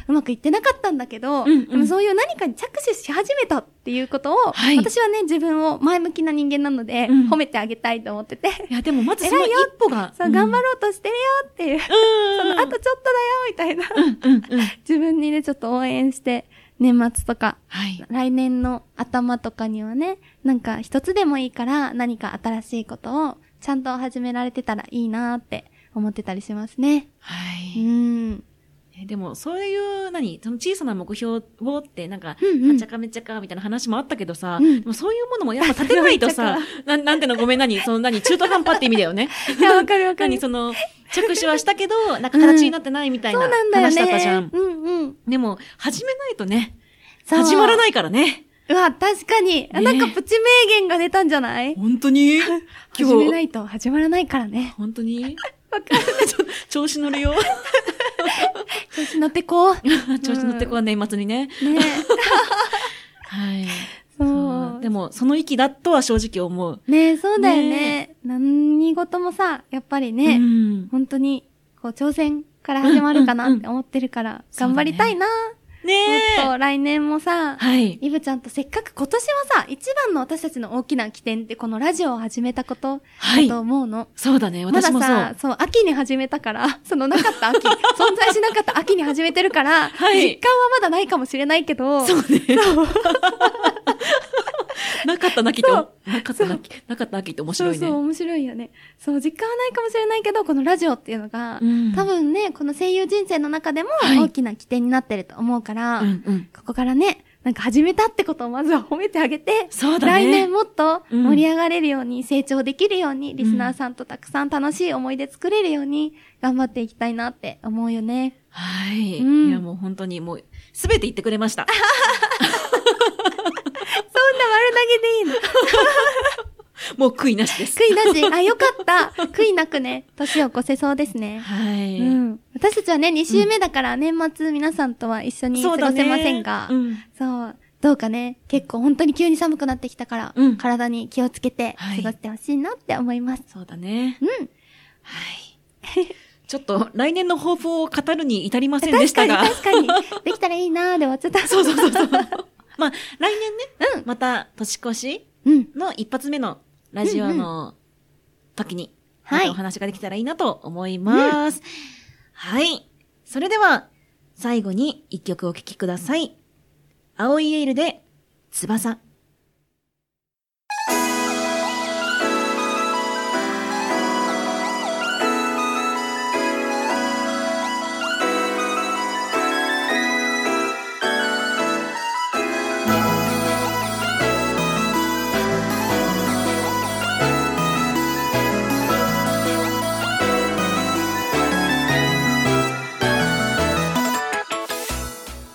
[SPEAKER 3] うまくいってなかったんだけど、
[SPEAKER 4] うんうん
[SPEAKER 3] でもそういう何かに着手し始めたっていうことを、
[SPEAKER 4] はい
[SPEAKER 3] 私はね、自分を前向きな人間なので、
[SPEAKER 4] うん
[SPEAKER 3] 褒めてあげたいと思ってて、
[SPEAKER 4] いや、でもまずその
[SPEAKER 3] 偉い
[SPEAKER 4] 一
[SPEAKER 3] よ
[SPEAKER 4] 歩が。
[SPEAKER 3] そう、頑張ろうとしてるよっていう、
[SPEAKER 4] うん。
[SPEAKER 3] あとちょっとだよみたいな、
[SPEAKER 4] うんうんうん。
[SPEAKER 3] 自分にね、ちょっと応援して、年末とか、
[SPEAKER 4] はい。
[SPEAKER 3] 来年の頭とかにはね、なんか一つでもいいから何か新しいことをちゃんと始められてたらいいなーって思ってたりしますね。
[SPEAKER 4] は
[SPEAKER 3] う
[SPEAKER 4] い。
[SPEAKER 3] ん。
[SPEAKER 4] えでも、そういう、何その小さな目標をって、なんか、
[SPEAKER 3] うんうん
[SPEAKER 4] あちゃかめちゃかみたいな話もあったけどさ、
[SPEAKER 3] うん
[SPEAKER 4] でもそういうものもやっぱ立てないとさ
[SPEAKER 3] *laughs* あちゃか、
[SPEAKER 4] なんなんてのごめん、何その何中途半端って意味だよね。
[SPEAKER 3] いや、わかるわかる
[SPEAKER 4] 何。その、着手はしたけど、
[SPEAKER 3] *laughs*
[SPEAKER 4] なんか形になってないみたいな話だったじゃん。
[SPEAKER 3] うんうん。
[SPEAKER 4] でも、始めないとね、
[SPEAKER 3] そう
[SPEAKER 4] 始まらないからね。
[SPEAKER 3] うわ、確かに。あ
[SPEAKER 4] ね
[SPEAKER 3] なんかプチ名言が出たんじゃない
[SPEAKER 4] 本当
[SPEAKER 3] *laughs*
[SPEAKER 4] に今
[SPEAKER 3] 始めな
[SPEAKER 4] 日、
[SPEAKER 3] いと始まらないからね。
[SPEAKER 4] 本当に *laughs* ちょ調子乗るよ。
[SPEAKER 3] 調子乗ってこう。ね
[SPEAKER 4] *laughs* 調子乗ってこう年末にね。はい。
[SPEAKER 3] そう。
[SPEAKER 4] でも、その域だとは正直思う。
[SPEAKER 3] ねえ、そうだよね
[SPEAKER 4] ね。
[SPEAKER 3] 何事もさ、やっぱり
[SPEAKER 4] う
[SPEAKER 3] ね、
[SPEAKER 4] ん
[SPEAKER 3] 本当に、こう、挑戦から始まるかなって思ってるから、
[SPEAKER 4] うんうんうん
[SPEAKER 3] 頑張りたいな。
[SPEAKER 4] ね
[SPEAKER 3] も
[SPEAKER 4] え。
[SPEAKER 3] っと来年もさ、
[SPEAKER 4] はい。
[SPEAKER 3] イブちゃんとせっかく今年はさ、一番の私たちの大きな起点ってこのラジオを始めたこと
[SPEAKER 4] はい
[SPEAKER 3] だと思うの。
[SPEAKER 4] そうだね。
[SPEAKER 3] まだ
[SPEAKER 4] 私もそう。
[SPEAKER 3] さ、そう、秋に始めたから、そのな
[SPEAKER 4] *laughs*
[SPEAKER 3] かった秋、存在しなかった秋に *laughs* 始めてるから、
[SPEAKER 4] はい
[SPEAKER 3] 実感はまだないかもしれないけど、
[SPEAKER 4] そうね。 *laughs* なかったなきって、
[SPEAKER 3] そ
[SPEAKER 4] な
[SPEAKER 3] う
[SPEAKER 4] かったなき、なかったなきって面
[SPEAKER 3] そ
[SPEAKER 4] 白
[SPEAKER 3] う
[SPEAKER 4] い
[SPEAKER 3] そ
[SPEAKER 4] ね。
[SPEAKER 3] う、面白いよね。そう、実感はないかもしれないけど、このラジオっていうのが、
[SPEAKER 4] うん
[SPEAKER 3] 多分ね、この声優人生の中でも
[SPEAKER 4] い
[SPEAKER 3] 大きな起点になってると思うから、
[SPEAKER 4] うんうん。
[SPEAKER 3] ここからね、なんか始めたってことをまずは褒めてあげて、
[SPEAKER 4] そうだね。
[SPEAKER 3] 来年もっと
[SPEAKER 4] うん
[SPEAKER 3] 盛り上がれるように、成長できるように、リスナーさんとたくさん楽しい思い出作れるように、頑張っていきたいなって思うよね。
[SPEAKER 4] はい。
[SPEAKER 3] うん
[SPEAKER 4] いや、もう本当にもう、すべて言ってくれました。
[SPEAKER 3] そんな丸投げでいいの
[SPEAKER 4] もう悔いなしです。
[SPEAKER 3] 悔いなし。あ、よかった。悔いなくね、年を越せそうですね。
[SPEAKER 4] はい。
[SPEAKER 3] うん。私たちはね、2週目だから年末皆さんとは一緒に過
[SPEAKER 4] そう
[SPEAKER 3] ご
[SPEAKER 4] だね
[SPEAKER 3] せませんが、そう,、
[SPEAKER 4] うん
[SPEAKER 3] どうかね、結構本当に急に寒くなってきたから、
[SPEAKER 4] うん
[SPEAKER 3] 体に気をつけて
[SPEAKER 4] はい
[SPEAKER 3] 過ごしてほしいなって思います。
[SPEAKER 4] そうだね。
[SPEAKER 3] うん。
[SPEAKER 4] はい。
[SPEAKER 3] *laughs*
[SPEAKER 4] ちょっと、来年の抱負を語るに至りませんでしたが。
[SPEAKER 3] 確かに、確かに。できたらいいなーで終わっちゃった。
[SPEAKER 4] そうそうそう
[SPEAKER 3] *laughs*
[SPEAKER 4] そう。まあ、来年ね、
[SPEAKER 3] うん
[SPEAKER 4] また年越し
[SPEAKER 3] うん。
[SPEAKER 4] の一発目のラジオの時に、
[SPEAKER 3] はい
[SPEAKER 4] またお話ができたらいいなと思います。はい。それでは、最後に一曲お聴きください。青いエールで、翼。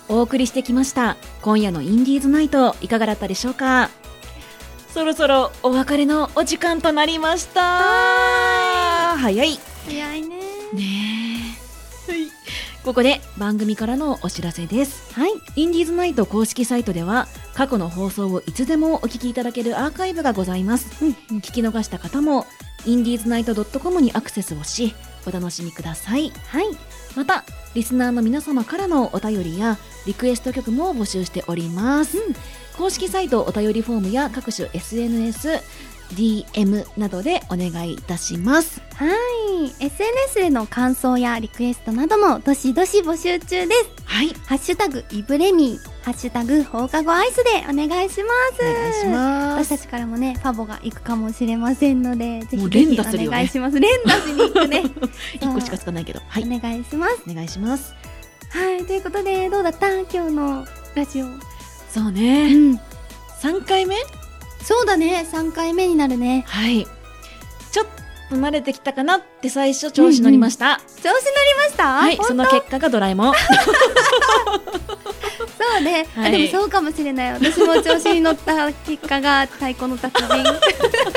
[SPEAKER 2] お
[SPEAKER 4] お送りしてきました今夜のインディーズナイトいかがだったでしょうかそろそろお別れのお時間となりました早い
[SPEAKER 3] 早いね
[SPEAKER 4] ねえはいここで番組からのお知らせです
[SPEAKER 3] はい
[SPEAKER 4] インディーズナイト公式サイトでは過去の放送をいつでもお聞きいただけるアーカイブがございます
[SPEAKER 3] うん
[SPEAKER 4] 聞き逃した方もインディーズナイト .com にアクセスをしお楽しみください
[SPEAKER 3] はい
[SPEAKER 4] またリスナーの皆様からのお便りやリクエスト曲も募集しております、公式サイトお便りフォームや各種 SNSDM などでお願いいたします
[SPEAKER 3] はい SNS での感想やリクエストなどもどしどし募集中です
[SPEAKER 4] はい
[SPEAKER 3] ハッシュタグイブレミーハッシュタグ放課後アイスでお願いします
[SPEAKER 4] お願いします
[SPEAKER 3] 私たちからもねファボが行くかもしれませんのでぜ
[SPEAKER 4] もう
[SPEAKER 3] ひぜ
[SPEAKER 4] 連
[SPEAKER 3] ひ
[SPEAKER 4] 打する
[SPEAKER 3] お
[SPEAKER 4] よね
[SPEAKER 3] 願いします連打しに行くね
[SPEAKER 4] 一個しかつかないけどはい
[SPEAKER 3] お願いします
[SPEAKER 4] お願いします
[SPEAKER 3] はいということでどうだった今日のラジオう
[SPEAKER 4] そうね
[SPEAKER 3] ん
[SPEAKER 4] 3回目
[SPEAKER 3] そうだね3回目になるね
[SPEAKER 4] はいちょっと慣れてきたかなって最初調子乗りました、
[SPEAKER 3] 調子乗りました
[SPEAKER 4] はい
[SPEAKER 3] 本当
[SPEAKER 4] その結果がドラえもん
[SPEAKER 3] そうね、
[SPEAKER 4] は
[SPEAKER 3] あ
[SPEAKER 4] い
[SPEAKER 3] でもそうかもしれない私も調子に乗った結果が太鼓の
[SPEAKER 4] *laughs*
[SPEAKER 3] 達人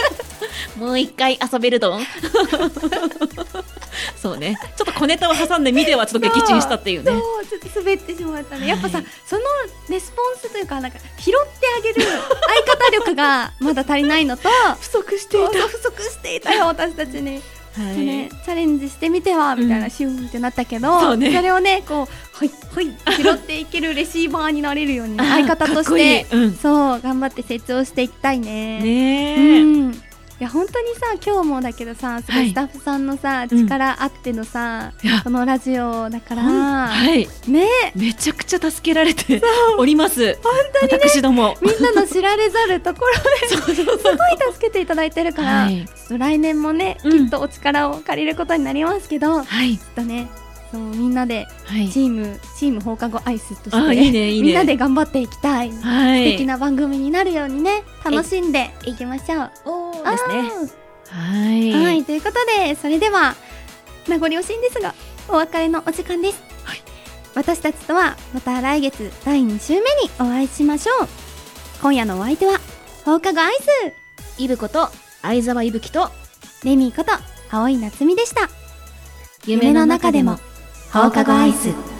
[SPEAKER 4] *laughs* もう一回遊べるどん *laughs* そうねちょっと小ネタを挟んで見てはちょっと撃沈したっていうね
[SPEAKER 3] そうちょっと滑ってしまったねやっぱさ、
[SPEAKER 4] はい
[SPEAKER 3] そのレスポンスというかなんか拾ってあげる相方力が *laughs* まだ足りないのと
[SPEAKER 4] 不足して
[SPEAKER 3] そうそう不足していたよ私たちに、
[SPEAKER 4] は
[SPEAKER 3] ね
[SPEAKER 4] い、
[SPEAKER 3] チャレンジしてみてはみたいな
[SPEAKER 4] うん
[SPEAKER 3] シュンってなったけど、
[SPEAKER 4] そうね
[SPEAKER 3] れをねこうはいはい拾っていけるレシーバーになれるように相方
[SPEAKER 4] *laughs*
[SPEAKER 3] と
[SPEAKER 4] かっ
[SPEAKER 3] し
[SPEAKER 4] こい
[SPEAKER 3] て
[SPEAKER 4] いうん
[SPEAKER 3] そう頑張って成長していきたいね
[SPEAKER 4] ねえ
[SPEAKER 3] うんいや本当にさ今日もだけどさすご
[SPEAKER 4] はいい
[SPEAKER 3] スタッフさんのさ、
[SPEAKER 4] うん
[SPEAKER 3] 力あってのさ、
[SPEAKER 4] いや
[SPEAKER 3] このラジオだから、
[SPEAKER 4] はい
[SPEAKER 3] ね
[SPEAKER 4] めちゃくちゃ助けられております本当に、私ども
[SPEAKER 3] みんなの知られざるところですごい助けていただいてるから、
[SPEAKER 4] はい
[SPEAKER 3] ちょっと来年もね、
[SPEAKER 4] うん
[SPEAKER 3] きっとお力を借りることになりますけど、きっ
[SPEAKER 4] はい
[SPEAKER 3] とねそうみんなで
[SPEAKER 4] はい
[SPEAKER 3] チームチーム放課後アイスとして
[SPEAKER 4] あいいねいいね
[SPEAKER 3] みんなで頑張っていきたい、
[SPEAKER 4] は
[SPEAKER 3] 素敵
[SPEAKER 4] い
[SPEAKER 3] な番組になるようにね楽しんでいきましょう。
[SPEAKER 4] おーですね
[SPEAKER 3] あー
[SPEAKER 4] はい
[SPEAKER 3] はい、ということで、それでは、名残惜しいんですが、お別れのお時間です。
[SPEAKER 4] はい
[SPEAKER 3] 私たちとは、また来月第2週目にお会いしましょう。今夜のお相手は、放課後アイス、
[SPEAKER 4] イブこと相沢いぶきと
[SPEAKER 3] レミーこと、青井夏美でした。
[SPEAKER 4] 夢の中でも
[SPEAKER 3] 放課後アイス。